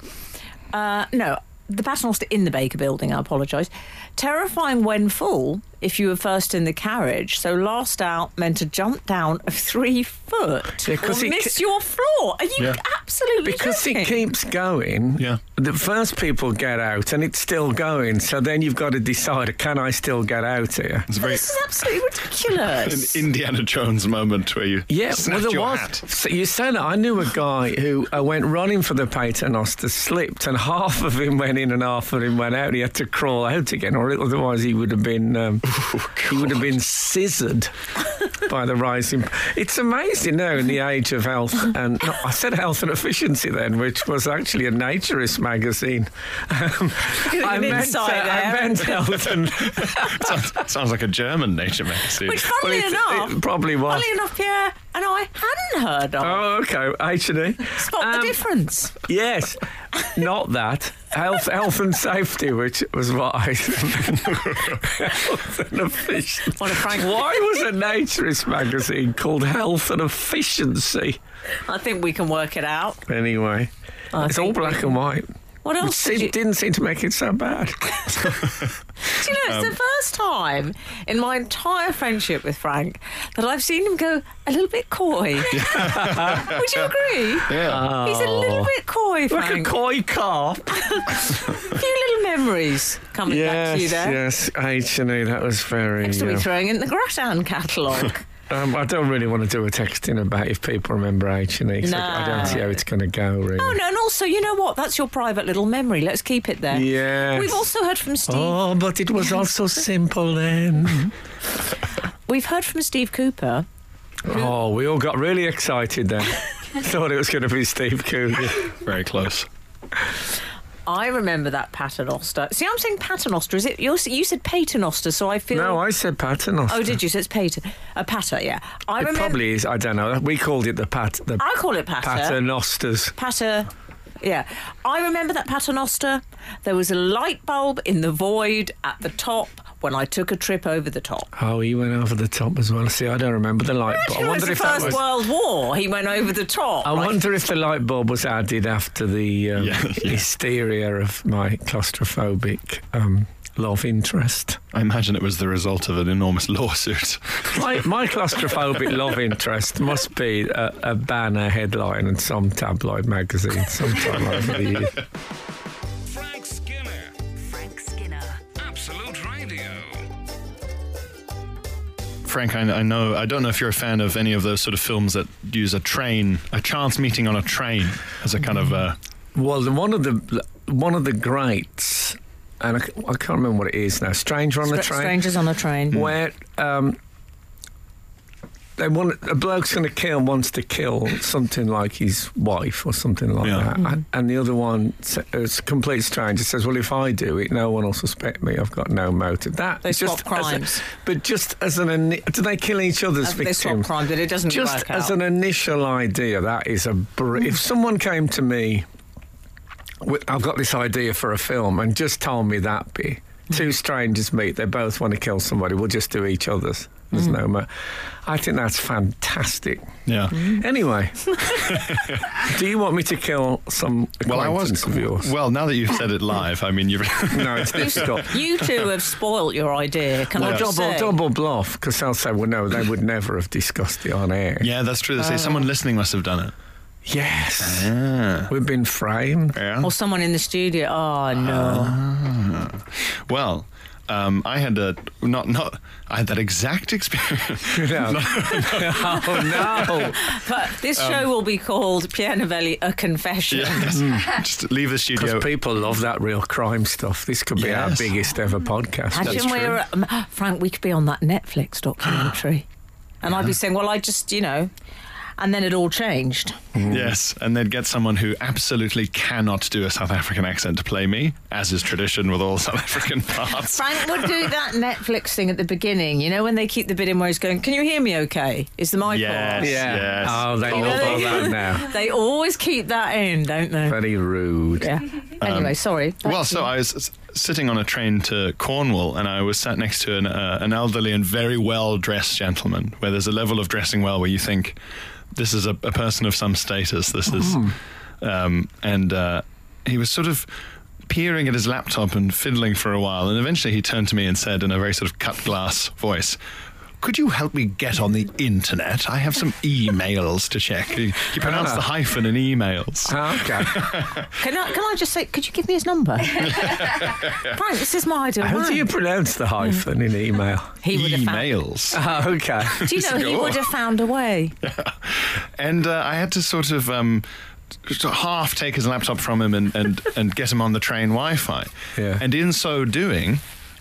Uh, no, the Paternoster in the Baker building, I apologise. Terrifying when full, if you were first in the carriage. So last out meant a jump down of three foot Yeah, or 'cause it miss ca- your floor. Are you Yeah. absolutely Because it joking? keeps going, Yeah. the first people get out and it's still going. So then you've got to decide can I still get out here? It's very This is absolutely an ridiculous. Indiana Jones moment where you Yeah, snatch well, there your was. hat. So you say that I knew a guy who uh, went running for the paternoster, slipped, and half of him went in and half of him went out. He had to crawl out again, or otherwise he would have been um, Oh, he would have been scissored by the rising. It's amazing now in the age of health and no, I said health and efficiency then, which was actually a naturist magazine. Um, I, an meant, uh, insight I there. meant health and sounds, sounds like a German nature magazine. Which, funnily Well, it- enough, it probably was. funnily enough, Pierre and I hadn't heard of. Oh, okay. H and E. Spot the difference. Yes, not that. Health, health and safety, which was what I health and efficiency. What a frank- Why was a naturist magazine called Health and Efficiency? I think we can work it out. Anyway, I it's all think we black and white. Oh, What It else? Did you, seemed, didn't seem to make it so bad. Do you know, it's Um, the first time in my entire friendship with Frank that I've seen him go a little bit coy. Would you agree? Uh, Yeah. He's a little bit coy, Oh. Like a Frank. coy carp. a few little memories coming back Yes, to you there. yes, H&E, that was very... Next to uh, be throwing in the Gratin catalogue. um, I don't really want to do a texting about if people remember H&E, 'cause I, I No. don't see how it's going to go, really. oh, no, and also, you know what? That's your private little memory. Let's keep it there. Yes. We've also heard from Steve. Oh, but it was also simple then. We've heard from Steve Cooper. oh, we all got really excited then. Thought it was going to be Steve Coogan. Very close. I remember that paternoster. See, I'm saying paternoster. Is it? You're, you said paternoster, so I feel. No, I said paternoster. Oh, did you? So it's pater. A pater, yeah. I It remember. probably is. I don't know. We called it the pat the I call it pater. paternosters. Pater. Yeah. I remember that paternoster. There was a light bulb in the void at the top when I took a trip over the top. Oh, he went over the top as well. See, I don't remember the light bulb. I It was wonder the if that First was. World War. He went over the top. I wonder if the light bulb was added after the um, Yeah, yeah. hysteria of my claustrophobic um, love interest. I imagine it was the result of an enormous lawsuit. My, my claustrophobic love interest must be a, a banner headline in some tabloid magazine sometime over the year. Frank Skinner. Frank Skinner. Absolute Radio. Frank, I, I know. I don't know if you're a fan of any of those sort of films that use a train, a chance meeting on a train, as a kind of uh, Well, the- one of the one of the greats, and I, c- I can't remember what it is now. Stranger on the Str- train. Strangers on a train. where um, they want a bloke's going to kill wants to kill something like his wife or something like Yeah. that, Mm-hmm. and, and the other one, s- it's a complete stranger, says, "Well, if I do it, no one will suspect me. I've got no motive." That They swap as a- crimes. but just as an ini- do they kill each other's Uh, They swap victims? crimes, but it doesn't just work as out. Mm. an initial idea, that is a. Br- if someone came to me, with, I've got this idea for a film, and just told me that be Mm. two strangers meet, they both want to kill somebody, we'll just do each other's. There's Mm. no mo- I think that's fantastic. yeah. Mm. Anyway, do you want me to kill some Well, I was. acquaintance of yours? Well, now that you've said it live, I mean, you've. no, it's difficult. you two have spoilt your idea. Can I Well, just double, say? double bluff, because I'll say, well, no, they would never have discussed it on air. yeah, that's true. They say someone listening must have done it. Yes. Yeah. We've been framed. Yeah. Or someone in the studio. Oh no. Well, um, I had a not not I had that exact experience. No. oh, no. But this show will be called Pierre Novelli A Confession. yes. Just leave the studio. Because people love that real crime stuff. This could be our Yes. biggest ever podcast. Imagine we true. were, um, Frank, we could be on that Netflix documentary. and I'd be saying, well, I just, you know. And then it all changed. Yes, and they'd get someone who absolutely cannot do a South African accent to play me, as is tradition with all South African parts. Frank would do that Netflix thing at the beginning, you know, when they keep the bit in where he's going, Can you hear me okay? Is the mic Yes. on? yes. Oh, they Oh, love all they- that now. They always keep that in, don't they? Very rude. yeah. Anyway, sorry. Back Well, to so you. I was s- sitting on a train to Cornwall, and I was sat next to an, uh, an elderly and very well dressed gentleman, where there's a level of dressing well where you think this is a, a person of some status. This is, Hmm. um, and uh, he was sort of peering at his laptop and fiddling for a while, and eventually he turned to me and said in a very sort of cut glass voice. Could you help me get on the internet? I have some emails to check. He, he pronounced the Ah. hyphen in emails. Ah, Okay. Can I, can I just say, could you give me his number? Frank, this is my idea. How do you pronounce the hyphen in email? He would have found. emails. Ah, okay. Do you know he Go would on. have found a way? and uh, I had to sort of um, sort of half take his laptop from him and, and, and get him on the train Wi-Fi. Yeah. And in so doing,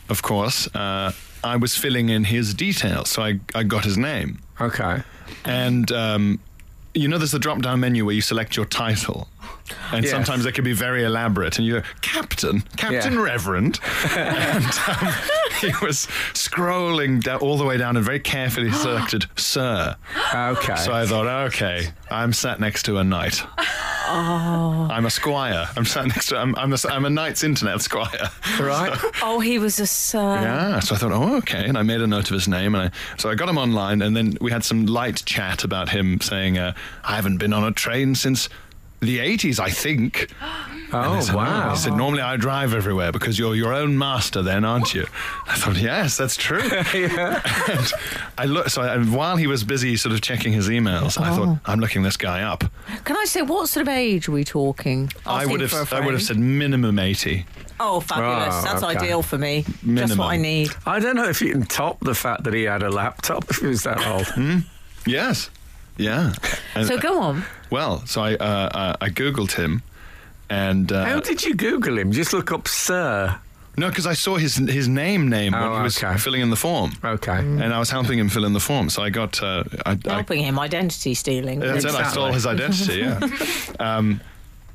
of course, uh, I was filling in his details, so I, I got his name. Okay. And um, you know, there's the drop-down menu where you select your title. And Yes. sometimes they can be very elaborate, and you go, Captain, Captain Yeah. Reverend. and um, he was scrolling down, all the way down and very carefully selected Sir. Okay. So I thought, okay, I'm sat next to a knight. I'm a squire. I'm sat next to. I'm I'm a, I'm a knight's internet squire. right. Oh, he was a sir. Yeah. So I thought, oh, okay, and I made a note of his name, and I so I got him online, and then we had some light chat about him saying, uh, I haven't been on a train since the 80s, I think. And Oh, they said, wow. He said, normally I drive everywhere because you're your own master then, aren't you? I thought, yes, that's true. and I look, so I, and while he was busy sort of checking his emails, I thought, I'm looking this guy up. Can I say what sort of age are we talking? I Asking would, for have, a I would have friend. said minimum 80. Oh, fabulous! Oh, That's okay. ideal for me. Just Minimum. what I need. I don't know if you can top the fact that he had a laptop if he was that old. Yes. Yeah. And- uh, So go on. Well, so I, uh, uh, I Googled him. And uh, How did you Google him? Just look up Sir. No, because I saw his his name name Oh, when he was okay. filling in the form, Okay. and I was helping him fill in the form. So I got uh, I, I, Helping him identity stealing. that's it. I stole his identity. Yeah. um,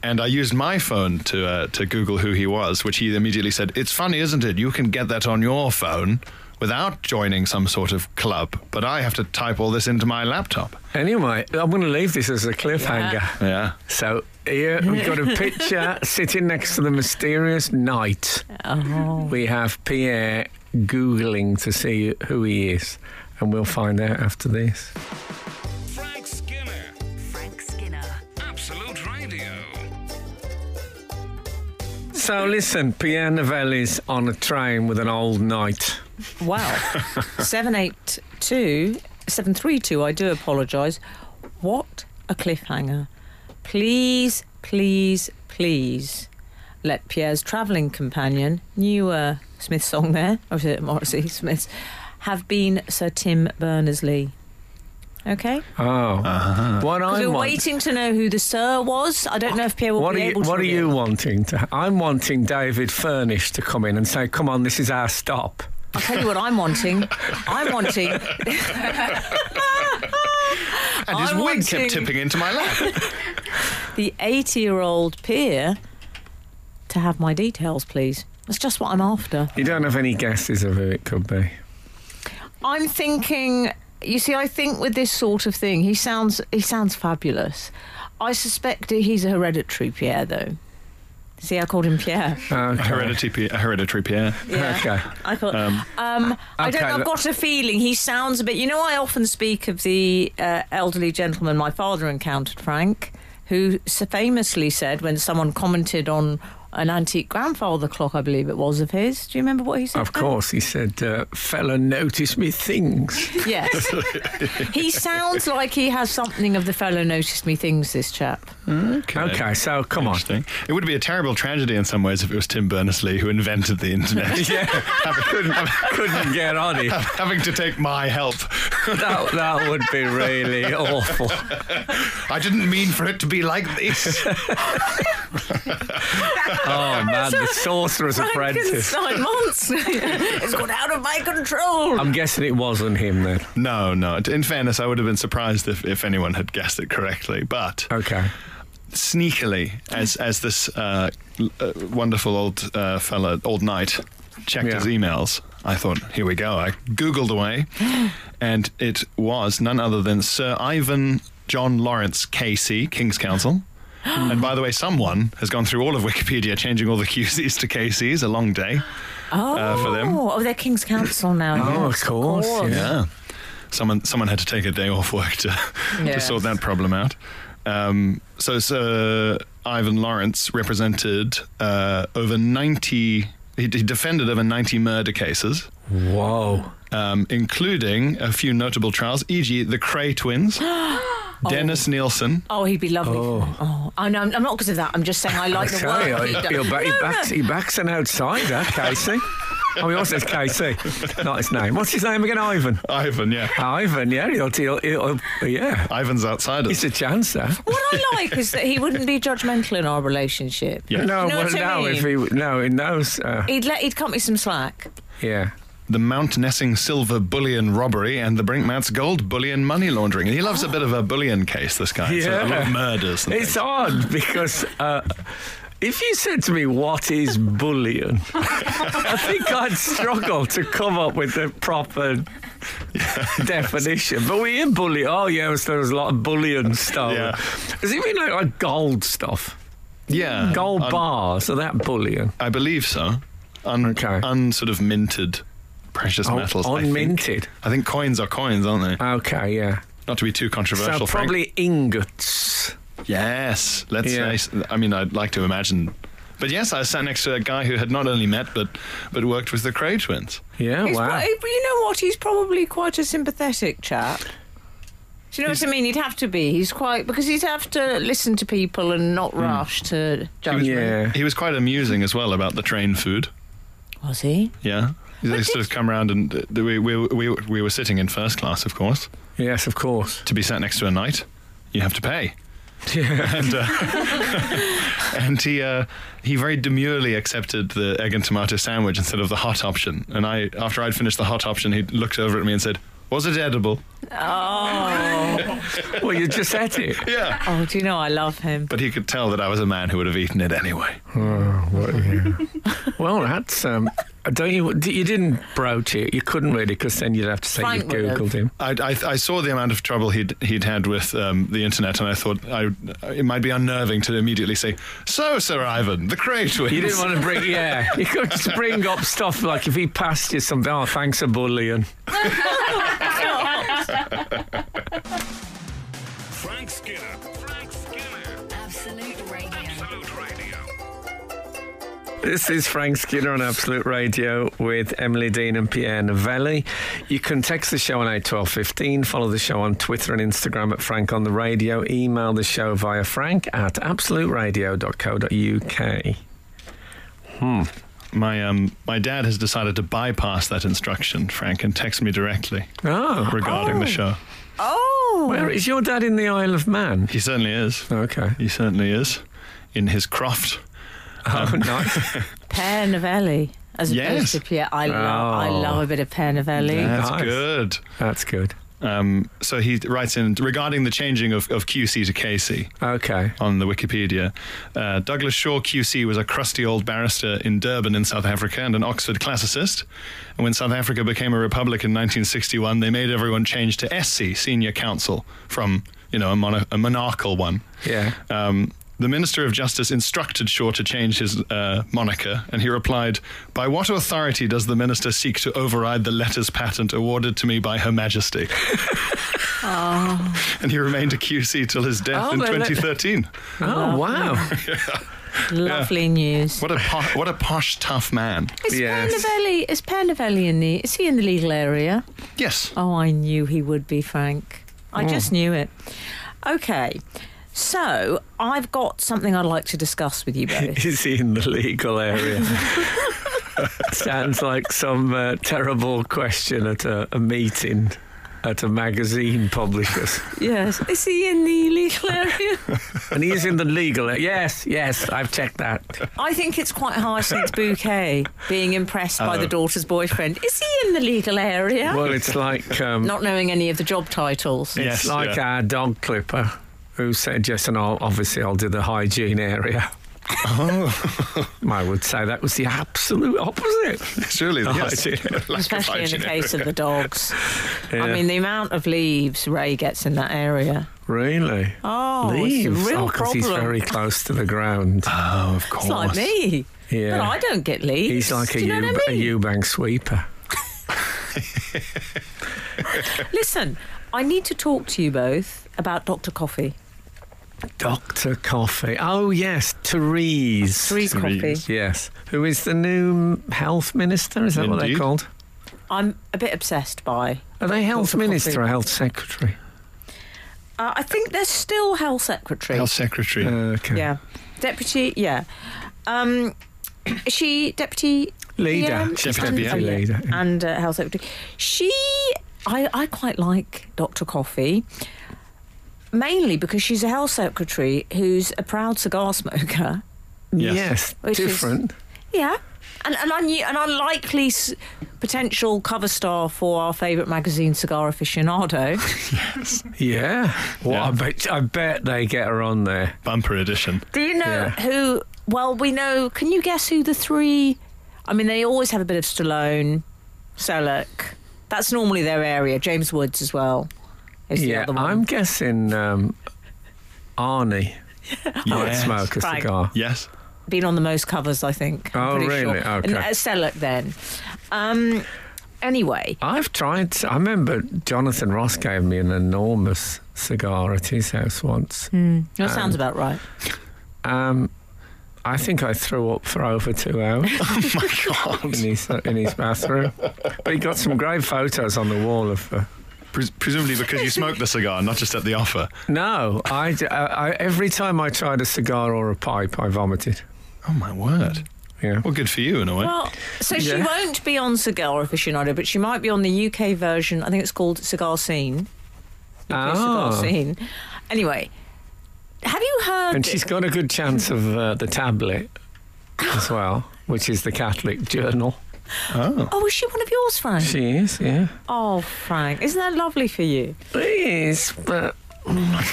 and I used my phone to uh, to Google who he was, which he immediately said, "It's funny, isn't it? You can get that on your phone." Without joining some sort of club, but I have to type all this into my laptop. Anyway, I'm going to leave this as a cliffhanger. Yeah. So here we've got a picture sitting next to the mysterious knight. Oh. We have Pierre Googling to see who he is, and we'll find out after this. Frank Skinner. Frank Skinner. Absolute Radio. So listen, Pierre Novelli's on a train with an old knight. Wow. 782, 732, I do apologise. What a cliffhanger. Please, please, please let Pierre's travelling companion, new uh, Smith song there, or is it Morrissey Smith, have been Sir Tim Berners Lee. Okay? Oh, what Because I we're want. waiting to know who the Sir was. I don't know if Pierre will What be are you? able to. What are you reveal. wanting? To, I'm wanting David Furnish to come in and say, "Come on, this is our stop." I'll tell you what I'm wanting. I'm wanting. And his I'm wig wanting- kept tipping into my lap. the 80 year old peer to have my details, please. That's just what I'm after. You don't have any guesses of who it could be. I'm thinking, you see, I think with this sort of thing, he sounds he sounds fabulous. I suspect that he's a hereditary Pierre, though. See, I called him Pierre. A Okay. hereditary, P- a hereditary Pierre. Okay. I thought. Um, I don't okay, know. I've look- got a feeling he sounds a bit. You know, I often speak of the uh, elderly gentleman my father encountered, Frank, who s- famously said when someone commented on an antique grandfather clock, I believe it was of his. Do you remember what he said? Of Frank? course, he said, uh, "Fella, notice me things." Yes. he sounds like he has something of the fellow noticed me things. This chap. Okay, so come on. Interesting. It would be a terrible tragedy in some ways if it was Tim Berners Lee who invented the internet. couldn't, couldn't get on it. Having to take my help. That, that would be really awful. I didn't mean for it to be like this. Oh man, the sorcerer's apprentice. Frankenstein monster. it's gone out of my control. I'm guessing it wasn't him then. no, no. In fairness, I would have been surprised if, if anyone had guessed it correctly. But Okay. sneakily, as as this uh, l- uh, wonderful old uh, fella, old knight, checked Yeah. his emails, I thought, here we go. I Googled away, and it was none other than Sir Ivan John Lawrence KC, King's Counsel. and by the way, someone has gone through all of Wikipedia, changing all the QCs to KCs. A long day. Oh, for them. oh, they're King's Council now. Uh, Oh, yes, of course, yeah. Yeah. Someone someone had to take a day off work to, to Yes. sort that problem out. Um, so Sir Ivan Lawrence represented uh, over 90, he, he defended over 90 murder cases, Whoa. um, including a few notable trials, e.g., the Cray twins, Dennis Nielsen. Oh, he'd be lovely. Oh. Oh, oh no, I'm, I'm not because of that. I'm just saying I like the Sorry, work. I- he does. he, uh, ba- he No, backs, no. he backs an outsider, Casey. Oh, he also says KC, not his name. What's his name again? Ivan. Ivan, yeah. Ivan, yeah, he'll, he'll, he'll, yeah. Ivan's outsiders. He's a chancer. What I like is that he wouldn't be judgmental in our relationship. Yeah. No, You know well, what I no, mean? if he, no, in those, uh, He'd let he'd cut me some slack. yeah. the Mount Nessing silver bullion robbery and the Brinkmats gold bullion money laundering. And he loves a bit of a bullion case, this guy. So a lot Yeah. of murders. and It's odd because uh, if you said to me, What is bullion? I think I'd struggle to come up with the proper definition. But we in bully, oh, yeah, so there was a lot of bullion stolen. Yeah. Does it mean like, like gold stuff? Yeah. Gold un- bars, are that bullion? I believe so. Un, Okay. un sort of minted precious Oh, metals. I think. unminted. I think coins are coins, aren't they? Okay, yeah. Not to be too So controversial. Frank. probably ingots. Yes, let's Yeah. say. I mean, I'd like to imagine. But yes, I sat next to a guy who had not only met but but worked with the Crow twins. Yeah, He's Oh, wow. pro- you know what? He's probably quite a sympathetic chap. Do you know what I mean? He'd have to be. He's quite because he'd have to listen to people and not rush to judgment. Hmm. yeah. He was quite amusing as well about the train food. Was he? Yeah, they sort of come around and uh, we we we we were sitting in first class, of course, Yes, of course. to be sat next to a knight. You have to pay. Yeah. and, uh, and he uh, he very demurely accepted the egg and tomato sandwich instead of the hot option. And I, after I'd finished the hot option, he looked over at me and said, "Was it edible?" well, you just ate it. Yeah. Oh, do you know I love him? But he could tell that I was a man who would have eaten it anyway. Well, that's. Um, don't you? You didn't broach it. You couldn't really, because then you'd have to say you Frank would have. googled him. I, I, I saw the amount of trouble he'd he'd had with um, the internet, and I thought I, it might be unnerving to immediately say, "So, Sir Ivan, the Cray twins." You didn't want to bring. Yeah, you could just bring up stuff like if he passed you something. Oh, thanks a bullion. Frank Skinner. Frank Skinner. Absolute Radio. Absolute Radio. This is Frank Skinner on Absolute Radio with Emily Dean and Pierre Novelli. You can text the show on 81215, follow the show on Twitter and Instagram at Frank on the Radio, email the show via frank at absoluteradio.co.uk. My um my dad has decided to bypass that instruction, Frank, and text me directly Oh, regarding the show. Oh, where is your dad in the Isle of Man? He certainly is. Okay. He certainly is. In his croft. Oh, nice. Pear Novelli as Yes. opposed to Pierre. I love, I Oh. love a bit of Pear Novelli. That's Nice. good. That's good. Um, so he writes in regarding the changing of, of QC to KC Okay. on the Wikipedia. Uh, Douglas Shaw QC was a crusty old barrister in Durban in South Africa and an Oxford classicist. And when South Africa became a republic in 1961, they made everyone change to SC, senior counsel, from you know a, mono- a monarchical one. Yeah. Um, the Minister of Justice instructed Shaw to change his uh, moniker, and he replied, By what authority does the Minister seek to override the letters patent awarded to me by Her Majesty? And he remained a QC till his death Oh, in they let- 2013. Oh, wow. Lovely news. What, a po- what a posh, tough man. Is Yes. Pear Novelli? Is Pear Novelli in the? Is he in the legal area? Yes. Oh, I knew he would be, Frank. I Hmm. just knew it. Okay. So, I've got something I'd like to discuss with you both. Is he in the legal area? Sounds like some uh, terrible question at a, a meeting at a magazine publishers. yes. Is he in the legal area? and he is in the legal area. Yes, yes, I've checked that. I think it's quite Hyacinth's bouquet being impressed by Oh. the daughter's boyfriend. Is he in the legal area? Well, it's like um, Not knowing any of the job titles. mm. Yeah. it's Yes, like yeah. our dog clipper who said, yes, and I'll, obviously I'll do the hygiene area. Oh. I would say that was the absolute opposite. Surely. Oh, yes. I see. Lack of Especially in the hygiene. case of the dogs. I Yeah. mean, the amount of leaves Ray gets in that area. really? Oh, Leaves. it's a real Oh, 'cause problem. he's very close to the ground. Oh, of course. it's like me. Yeah. But I don't get leaves. He's like a, Do you know U- what I a mean? Eubank sweeper. Listen, I need to talk to you both about Dr. Coffee. Dr. Coffee. Oh, yes, Therese. Therese Coffee. Therese. Yes. Who is the new health minister? Is that what they're Indeed. called? I'm a bit obsessed by. Are they health Dr. minister Coffey. or health secretary? Uh, I think they're still health secretary. Health Secretary. Okay. Yeah, deputy. Yeah, um, is she deputy Leader. PM? She's Deputy And- PM. yeah, Leader. and uh, health secretary. She, I, I quite like Dr. Coffee. Mainly because she's a health secretary who's a proud cigar smoker. Yes. Which is- Different. Yeah. An, an, unne- an unlikely s- potential cover star for our favourite magazine, Cigar Aficionado. Yeah. Well, Yeah. I, bet, I bet they get her on there. Bumper edition. Do you know Yeah. who? Well, we know. Can you guess who the three? I mean, they always have a bit of Stallone, Selleck. That's normally their area. James Woods as well. Is the yeah. other one. I'm guessing um, Arnie might Yes. Oh, smoke a Frank. cigar. Yes. been on the most covers, I think. I'm Oh, pretty really? Sure. And, Okay. uh, Selleck then. Um, anyway, I've tried. I remember Jonathan Ross gave me an enormous cigar at his house once. Hmm. That sounds about right. Um, I think I threw up for over two hours Oh my god! in his in his bathroom, but he got some great photos on the wall of. Uh, Pres- presumably because you smoked the cigar, not just at the offer. no, I, d- I- I- every time I tried a cigar or a pipe, I vomited. Oh my word! Yeah. Well, good for you in a way. Well, so she Yeah. won't be on Cigar Aficionado, but she might be on the UK version. I think it's called Cigar Scene. UK Cigar Ah. Scene. Anyway, have you heard? And she's got a good chance of uh, the tablet as well, which is the Catholic journal. oh, Oh, is she one of yours, Frank? She is, yeah. oh, Frank, isn't that lovely for you? It is, but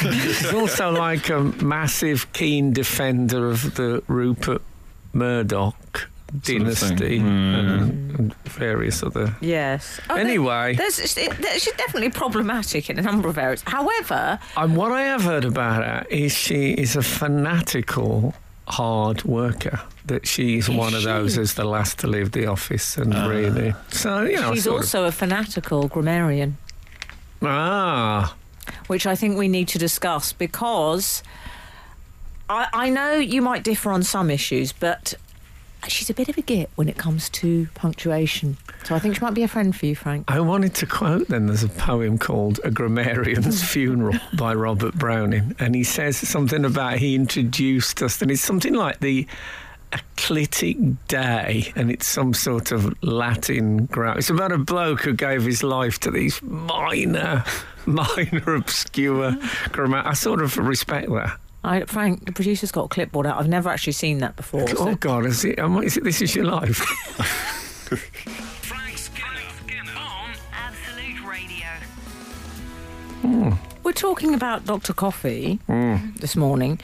she's also like a massive, keen defender of the Rupert Murdoch dynasty and, and various other. Yes. Oh, there- Anyway. there's, it, there- she's definitely problematic in a number of areas. However, And um, what I have heard about her is she is a fanatical hard worker. That she is Is one of she? those who's the last to leave the office and really. So, you know. she's sort of- also a fanatical grammarian. ah. which I think we need to discuss because I, I know you might differ on some issues, but she's a bit of a git when it comes to punctuation. So I think she might be a friend for you, Frank. I wanted to quote then there's a poem called A Grammarian's Funeral by Robert Browning and he says something about he introduced us and it's something like the eclectic day and it's some sort of Latin gra- it's about a bloke who gave his life to these minor minor obscure grammar I sort of respect that I, Frank, the producer's got a clipboard out. I've never actually seen that before. so- oh god is it, am I- is it this is your life Frank Skinner, on Absolute Radio. We're talking about Dr. Coffee Mm. this morning,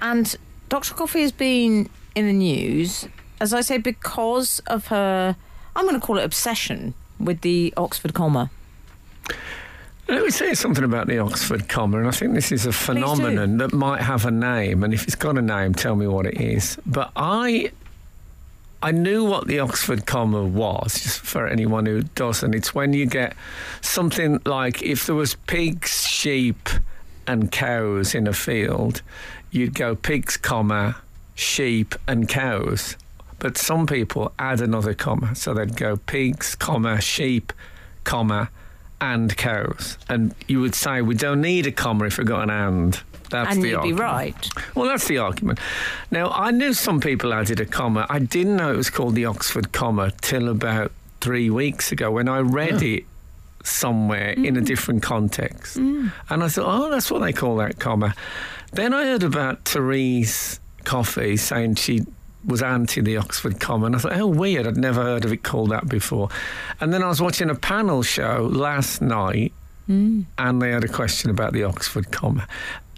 and Dr. Coffee has been in the news, as I say, because of her, I'm going to call it obsession with the Oxford comma. Let me say something about the Oxford comma, and I think this is a phenomenon that might have a name, and if it's got a name, tell me what it is. But I I knew what the Oxford comma was, just for anyone who doesn't. It's when you get something like if there was pigs, sheep, and cows in a field, you'd go pigs, comma, sheep, and cows. But some people add another comma, so they'd go pigs, comma, sheep, comma, and cows. And you would say we don't need a comma if we've got an and. That's and the you'd argument. be right. Well, that's the argument. Now, I knew some people added a comma. I didn't know it was called the Oxford comma till about three weeks ago when I read it somewhere in a different context. And I thought, oh, that's what they call that comma. Then I heard about Therese Coffey saying she was anti the Oxford comma. And I thought, how weird. I'd never heard of it called that before. And then I was watching a panel show last night and they had a question about the Oxford comma.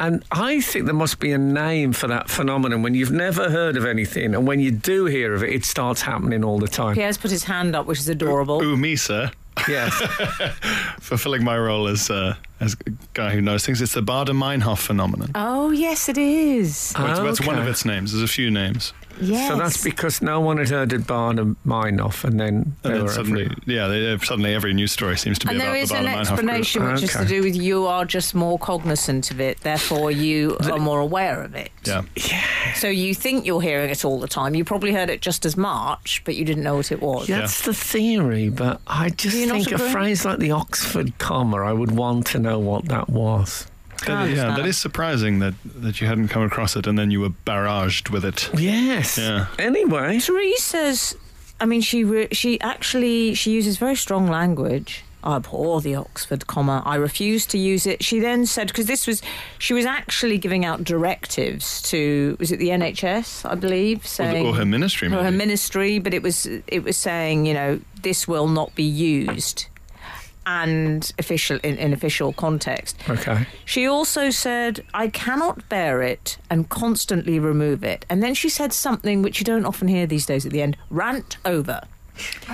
And I think there must be a name for that phenomenon when you've never heard of anything, and when you do hear of it, it starts happening all the time. Pierre's put his hand up, which is adorable. ooh me sir, Yes. fulfilling my role as uh, as a guy who knows things. It's the Bader-Meinhof phenomenon. Oh, yes, it is. Well, it's- That's one of Ah, Okay. its names. There's a few names, Yes. So that's because no one had heard of Barnum Minoff, and then they and then were suddenly, yeah, they, uh, suddenly every news story seems to be and about there is the an Bader-Meinhof group. explanation which is to Okay. do with you are just more cognizant of it, therefore you are more aware of it. Yeah, So you think you're hearing it all the time. You probably heard it just as much, but you didn't know what it was. That's the theory, but I just Do you not think a agree? phrase like the Oxford comma, I would want to know what that was. That- yeah, understand. that is surprising that that you hadn't come across it, and then you were barraged with it. Yes. Yeah. Anyway. Teresa's, I mean, she re- she actually she uses very strong language. I abhor the Oxford comma. I refuse to use it. She then said because this was she was actually giving out directives to was it the NHS I believe saying or her ministry, or her maybe. ministry, but it was it was saying you know this will not be used and official in, in official context. Okay. She also said, I cannot bear it and constantly remove it. And then she said something which you don't often hear these days at the end rant over,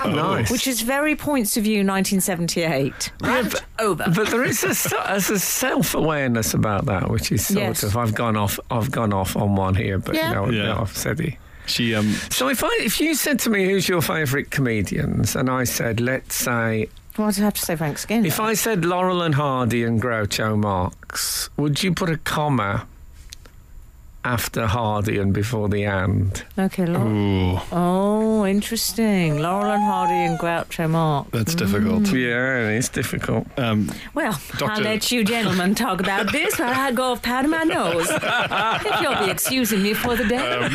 Oh, Nice. which is very points of view 1978. Rant over. But there is a, so- there's a self awareness about that, which is sort Yes. of I've gone off I've gone off on one here, but Yeah. no, Yeah. no, I've said it. She um, So if I if you said to me who's your favourite comedians, and I said let's say Why do I have to say Frank Skinner? If I said Laurel and Hardy and Groucho Marx, would you put a comma after Hardy and before the and? okay, Laurel. Ooh, Oh, interesting. Laurel and Hardy and Groucho Marx. that's difficult. Mm. Yeah, it's difficult. Um, Well, I'll Doctor- let you gentlemen talk about this while I go powder my nose. if you'll be excusing me for the day.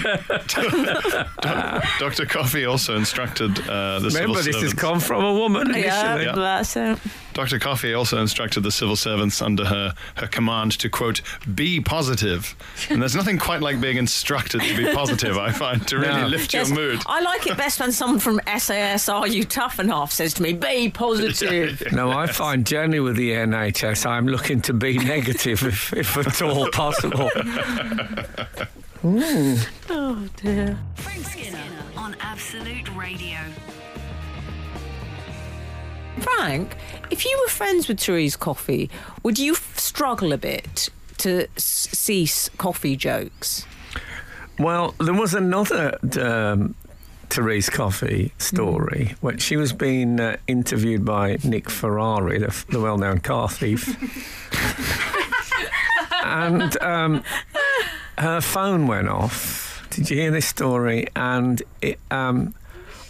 Dr. Coffee also instructed uh, the civil Remember, this has servants. come from a woman initially. yeah, uh, yeah. that's it. Dr. Coffee also instructed the civil servants under her, her command to, quote, be positive. And there's nothing quite like being instructed to be positive, I find, to really No. lift Yes, Oh, your mood. I like it best when someone from SAS Are You Tough Enough says to me, be positive. No, I find generally with the NHS, I'm looking to be negative if, if at all possible. oh dear. Frank Skinner on Absolute Radio. Frank, if you were friends with Therese Coffee, would you f- struggle a bit to s- cease coffee jokes? Well, there was another um, Therese Coffey story when she was being uh, interviewed by Nick Ferrari, the, f- the well-known car thief, and um, her phone went off. Did you hear this story? And it, um,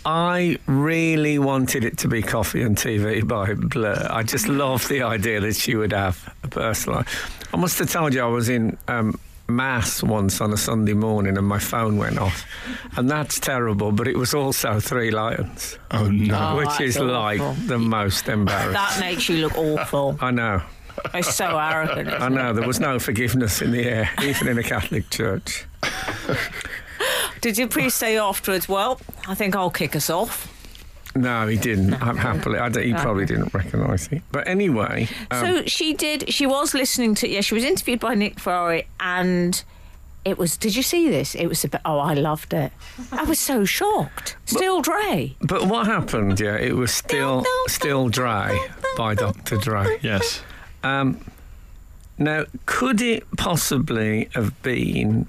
I really wanted it to be Coffee and TV by Blur. I just loved the idea that she would have a personal. I must have told you I was in um, mass once on a Sunday morning and my phone went off, and that's terrible. But it was also Three Lions, Oh, no. Oh, which that's is awful. like the most embarrassing. That makes you look awful. I know, They're so arrogant. I know. There was no forgiveness in the air, even in a Catholic church. Did your priest say afterwards, well, I think I'll kick us off? No, he didn't. I'm happily, I d he Uh-huh. probably didn't recognise it. But anyway, um, so she did, she was listening to, yeah, she was interviewed by Nick Ferrari and it was, did you see this? It was, about, oh, I loved it. I was so shocked. Still Dre. But what happened? Yeah, it was still still dry by Dr. Dry. Yes. Now, could it possibly have been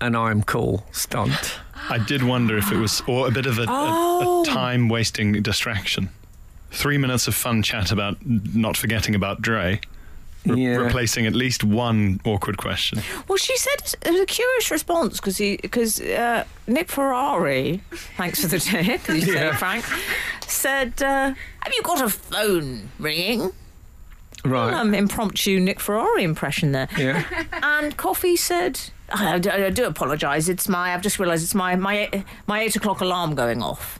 an I'm cool stunt? I did wonder if it was, or a bit of a, Oh. time wasting distraction. Three minutes of fun chat about n- not forgetting about Dre, re- Yeah. replacing at least one awkward question. Well, she said it was a curious response because he because uh, Nick Ferrari, thanks for the tip, you say, Yeah. Frank, said, uh, "Have you got a phone ringing?" Right. Um, impromptu Nick Ferrari impression there, yeah. and Coffee said. I I do, I do apologise. It's my. I've just realised it's my my my eight o'clock alarm going off,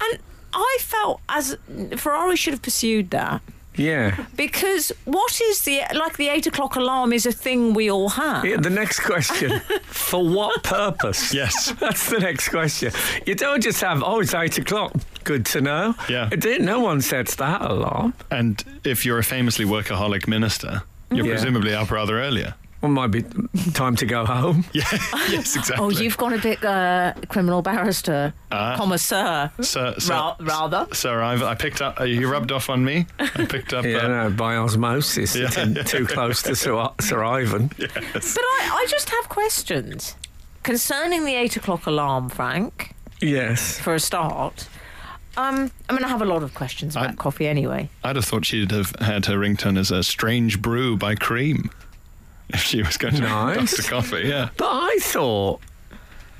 and I felt as Ferrari should have pursued that Yeah. because what is the like the eight o'clock alarm is a thing we all have. Yeah, The next question for what purpose? Yes. That's the next question. You don't just have, oh, it's eight o'clock. Good to know. Yeah. It didn't, no one sets that alarm. And if you're a famously workaholic minister, you're Yeah. presumably up rather earlier. Well, might be time to go home. Yeah, yes, exactly. Oh, you've gone a bit uh, criminal barrister, Ah. connoisseur, Sir, sir, ra- rather. sir, I've, I picked up. Uh, you rubbed off on me. I picked up. Yeah, uh, no, by osmosis. Yeah. Sitting too close to Sir, Sir Ivan. But I, I just have questions concerning the eight o'clock alarm, Frank, Yes. for a start. Um, I mean, I have a lot of questions about I- coffee anyway. I'd have thought she'd have had her ringtone as a strange brew by Cream, if she was going to Nice. Dr. Coffee. Yeah, But I thought,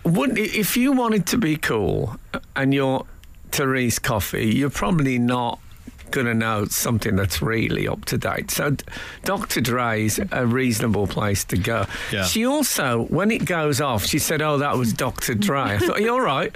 wouldn't i- if you wanted to be cool and you're Therese Coffee, you're probably not going to know something that's really up to date. So d- Dr. Dre's a reasonable place to go. Yeah. She also, when it goes off, she said, "Oh, that was Dr. Dre." I thought, "Are you all right?"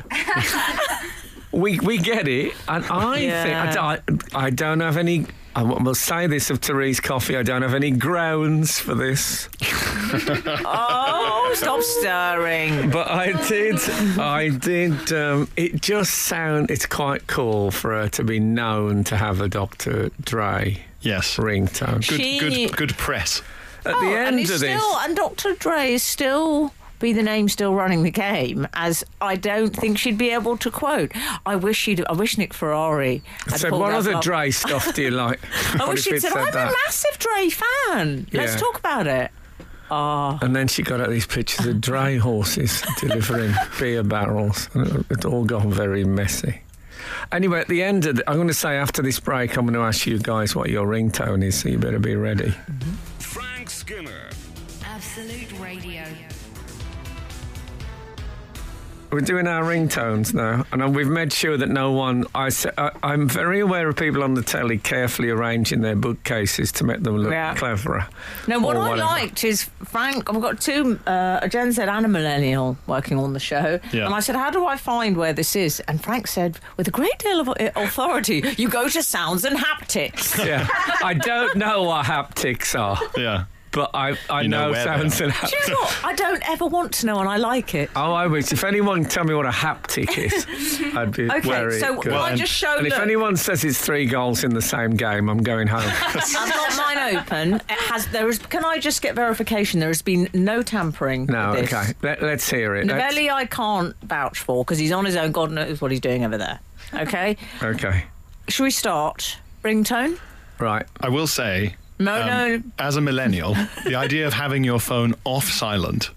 We, we get it, and I think I, d- I- I don't have any. I w- will say this of Therese Coffee. I don't have any grounds for this. Oh, stop stirring. But I did, I did. Um, it just sound. It's quite cool for her to be known to have a Dr. Dre yes. ringtone. Good, She- good, good press. At Oh, the end and of it's this, still, and Dr. Dre is still. Be the name still running the game, as I don't think she'd be able to quote. I wish she'd. I wish Nick Ferrari. Had said, pulled "What that other up." Dre stuff do you like?" I What wish if she'd it said, I'm a massive Dre fan. Let's Yeah. talk about it. Oh, And then she got out these pictures of Dre horses delivering beer barrels, and it, it all got very messy. Anyway, at the end of the, I'm going to say after this break, I'm going to ask you guys what your ringtone is, so you better be ready. Frank Skinner. Absolute Radio. We're doing our ringtones now, and we've made sure that no one. I, am very aware of people on the telly carefully arranging their bookcases to make them look Yeah. cleverer. No, what or I Oh, whatever. liked is Frank. I've got two uh, a Gen Z and a millennial working on the show, Yeah. and I said, "How do I find where this is?" And Frank said, with a great deal of uh, authority, "You go to Sounds and Haptics." Yeah, I don't know what haptics are, Yeah. but I I You know know, where they sounds are. and Do haptics. you know what? I don't ever want to know, and I like it. Oh, I wish. If anyone can tell me what a haptic is, I'd be Okay, very so good. well, I just showed. and if look, anyone says it's three goals in the same game, I'm going home. I've got mine open. It has there is? Can I just get verification? There has been no tampering. No, with this. okay. Let, let's hear it. Let's- Novelli, I can't vouch for because he's on his own. God knows what he's doing over there. Okay, okay, should we start ringtone? right. I will say, No, um, no. as a millennial, the idea of having your phone off silent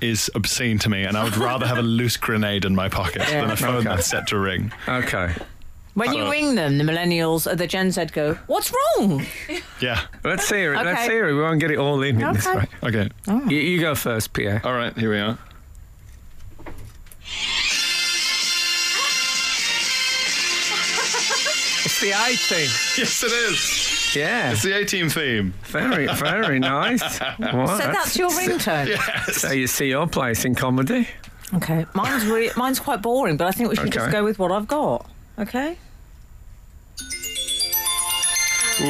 is obscene to me, and I would rather have a loose grenade in my pocket than a phone Okay. that's set to ring. Okay. When Uh, you ring them, the millennials or the Gen Z go, "What's wrong?" Yeah. Let's hear it. Let's Okay. hear it. We won't get it all in in this Okay. way. Okay. You, you go first, Pierre. All right, here we are. It's the A team. Yes, it is. Yeah. It's the A team theme. Very, very nice. Wow, So that's your ringtone. so you see your place in comedy. Okay, mine's re- mine's quite boring, but I think we should Okay. just go with what I've got. Okay.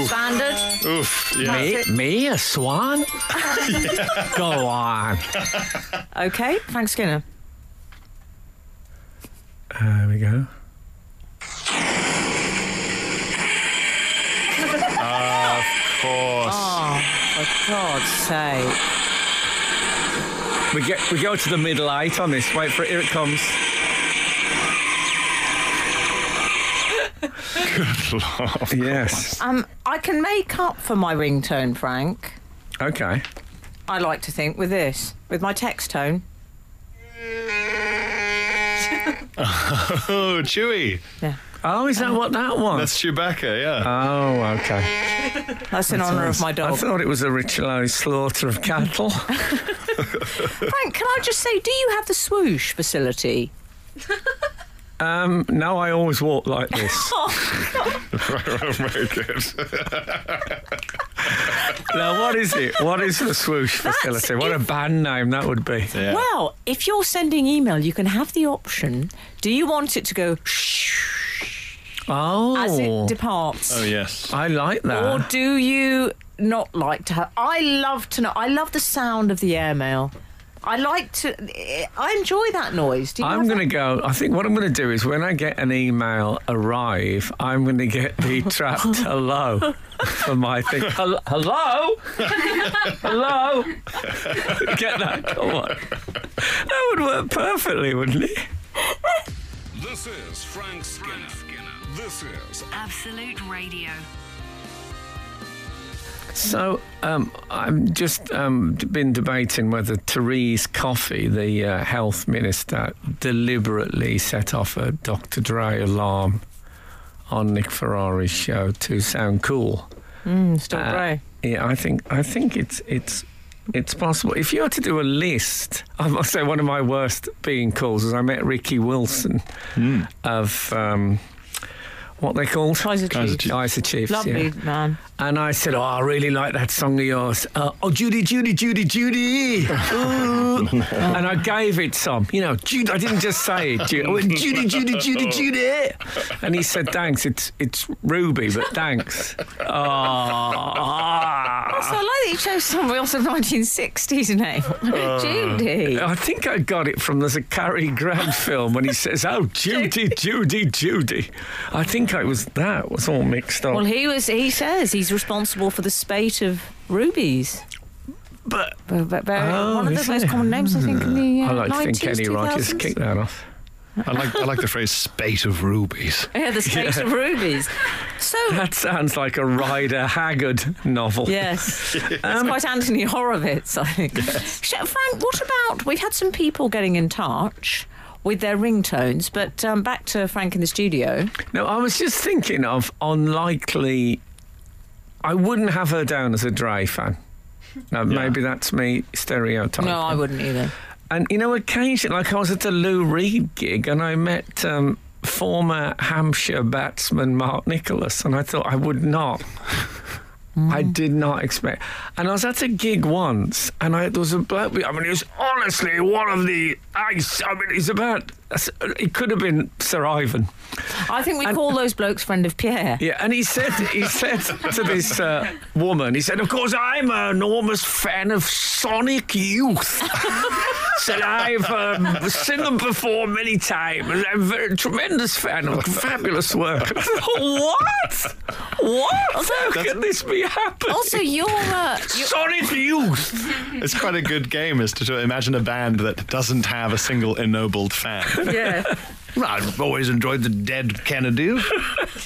Standard. Oof. Yeah. Me, me, a swan? Go on. Okay, Frank Skinner. There we go. Of course. Oh, for God's sake! We get we go to the middle eight on this. Wait for it. Here it comes. Yes. Um, I can make up for my ringtone, Frank. Okay. I like to think with this, with my text tone. Oh, Chewy. Yeah, Oh, is that what that was? That's Chewbacca, yeah. Oh, okay. that's in honour of my I dog. thought it was a ritualised slaughter of cattle. Frank, can I just say, do you have the swoosh facility? um, no, I always walk like this. Oh, Very good. now, what is it? What is the swoosh facility? What a band name that would be. Yeah. Well, if you're sending email, you can have the option. Do you want it to go shh as Oh, it departs? Oh, yes. I like Or that. do you not like to have? I love to know. I love the sound of the airmail. I like to. I enjoy that noise. Do you I'm have going to that? go. I think what I'm going to do is when I get an email arrive, I'm going to get the trapped hello for my thing. Hel- Hello? hello? get that? Come on. That would work perfectly, wouldn't it? This is Frank Skinner. This is Absolute Radio. So um, I'm just um, d- been debating whether Therese Coffey, the uh, health minister, deliberately set off a Dr. Dre alarm on Nick Ferrari's show to sound cool. Still Uh, grey. Yeah, I think I think it's it's it's possible. If you were to do a list, I must say one of my worst being calls was I met Ricky Wilson of um, what they called Kaiser Kaiser Chiefs. Chiefs. Kaiser Chiefs, Lovely yeah. man. And I said, "Oh, I really like that song of yours. Uh, oh, Judy, Judy, Judy, Judy." Ooh. and I gave it some, you know, Judy. I didn't just say it. Judy. I went, Judy, Judy, Judy, Judy. And he said, "Thanks. It's it's Ruby, but thanks." So Oh. I like that you chose someone else's 1960s name, Uh. Judy. I think I got it from there's a Cary Grant film when he says, "Oh, Judy, Judy, Judy." I think I was that was all mixed up. Well, he was. He says he's responsible for the spate of rubies. but But, but, but Oh, one of is the most it? common names, I think, in the uh, I like to 90s, think Kenny Rogers 2000s. kicked that off. I like, I like the phrase spate of rubies. Yeah, the spate of rubies. So That sounds like a Ryder Haggard novel. yes, that's Um, quite Anthony Horowitz, I think. Sh Frank, what about we've had some people getting in touch with their ringtones. But um, back to Frank in the studio. No, I was just thinking of unlikely. I wouldn't have her down as a Dre fan. Now, Maybe that's me stereotyping. No, I wouldn't either. And you know, occasionally, like I was at the Lou Reed gig and I met um, former Hampshire batsman Mark Nicholas, and I thought I would not. I did not expect. And I was at a gig once, and I, there was a bloke. I mean, he was honestly one of the. ice- I mean, he's about. It could have been Sir Ivan. I think we call those blokes friend of Pierre. Yeah, and he said he said to this uh, woman, he said, "Of course, I'm an enormous fan of Sonic Youth." said I've um, seen them perform many times, and I'm a very- tremendous fan of fabulous work. what? What? How can this be happening? Also, you're uh, Sonic Youth. It's quite a good game is to, to imagine a band that doesn't have a single ennobled fan. yeah. I've always enjoyed the Dead Kennedys.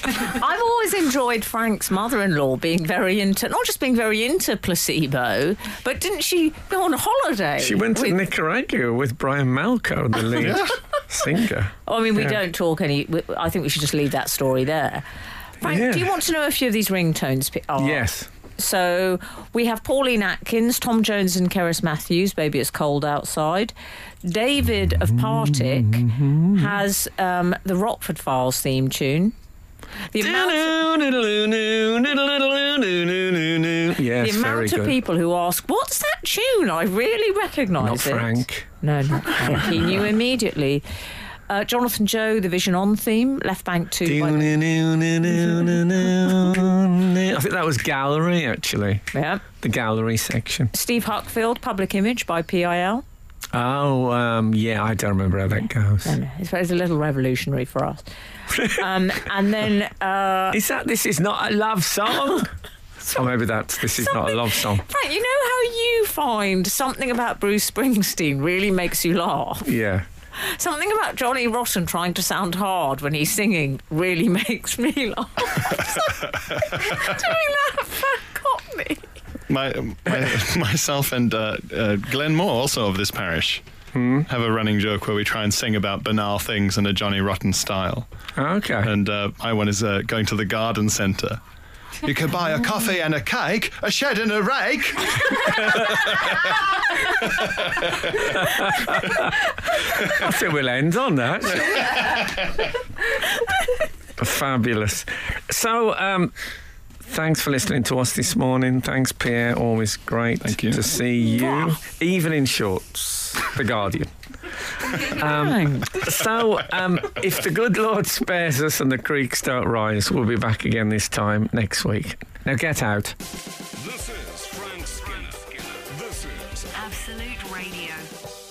I've always enjoyed Frank's mother-in-law being very into, not just being very into placebo, but didn't she go on holiday? She went to with- Nicaragua with Brian Malco, the lead singer. I mean, we Yeah. don't talk any. we- I think we should just leave that story there. Frank, Yeah. do you want to know a few of these ringtones? Pe- are? Yes. So we have Pauline Atkins, Tom Jones, and Keris Matthews. Baby, it's cold outside. David of Partick Mm-hmm. has um, the Rockford Files theme tune. The amount of- Yes, the very amount of good. people who ask, "What's that tune?" I really recognise Not it. Frank. No, not Frank. he knew immediately. Uh, Jonathan Joe, the Vision On theme, Left Bank Two. by- I think that was gallery actually, yeah. the gallery section. Steve Huckfield, Public Image by PIL. Oh, um, yeah, I don't remember how that goes. No, no, it's, it's a little revolutionary for us. um, and then uh, Is that this is not a love song? or maybe that's this is not a love song. Frank, you know how you find something about Bruce Springsteen really makes you laugh. Yeah. Something about Johnny Rotten trying to sound hard when he's singing really makes me laugh. Doing that, Frank got me. My, my, myself and uh, uh, Glenn Moore, also of this parish, have a running joke where we try and sing about banal things in a Johnny Rotten style. Okay. And uh, my one is uh, going to the garden centre. You could buy a coffee and a cake, a shed and a rake. I think we'll end on that. Fabulous. So, um, thanks for listening to us this morning. Thanks, Pierre. Always great Thank you. to see you, even in shorts. The Guardian. So, um, if the good Lord spares us and the creeks don't rise, we'll be back again this time next week. Now get out. This is Frank Skinner. This is Absolute Radio.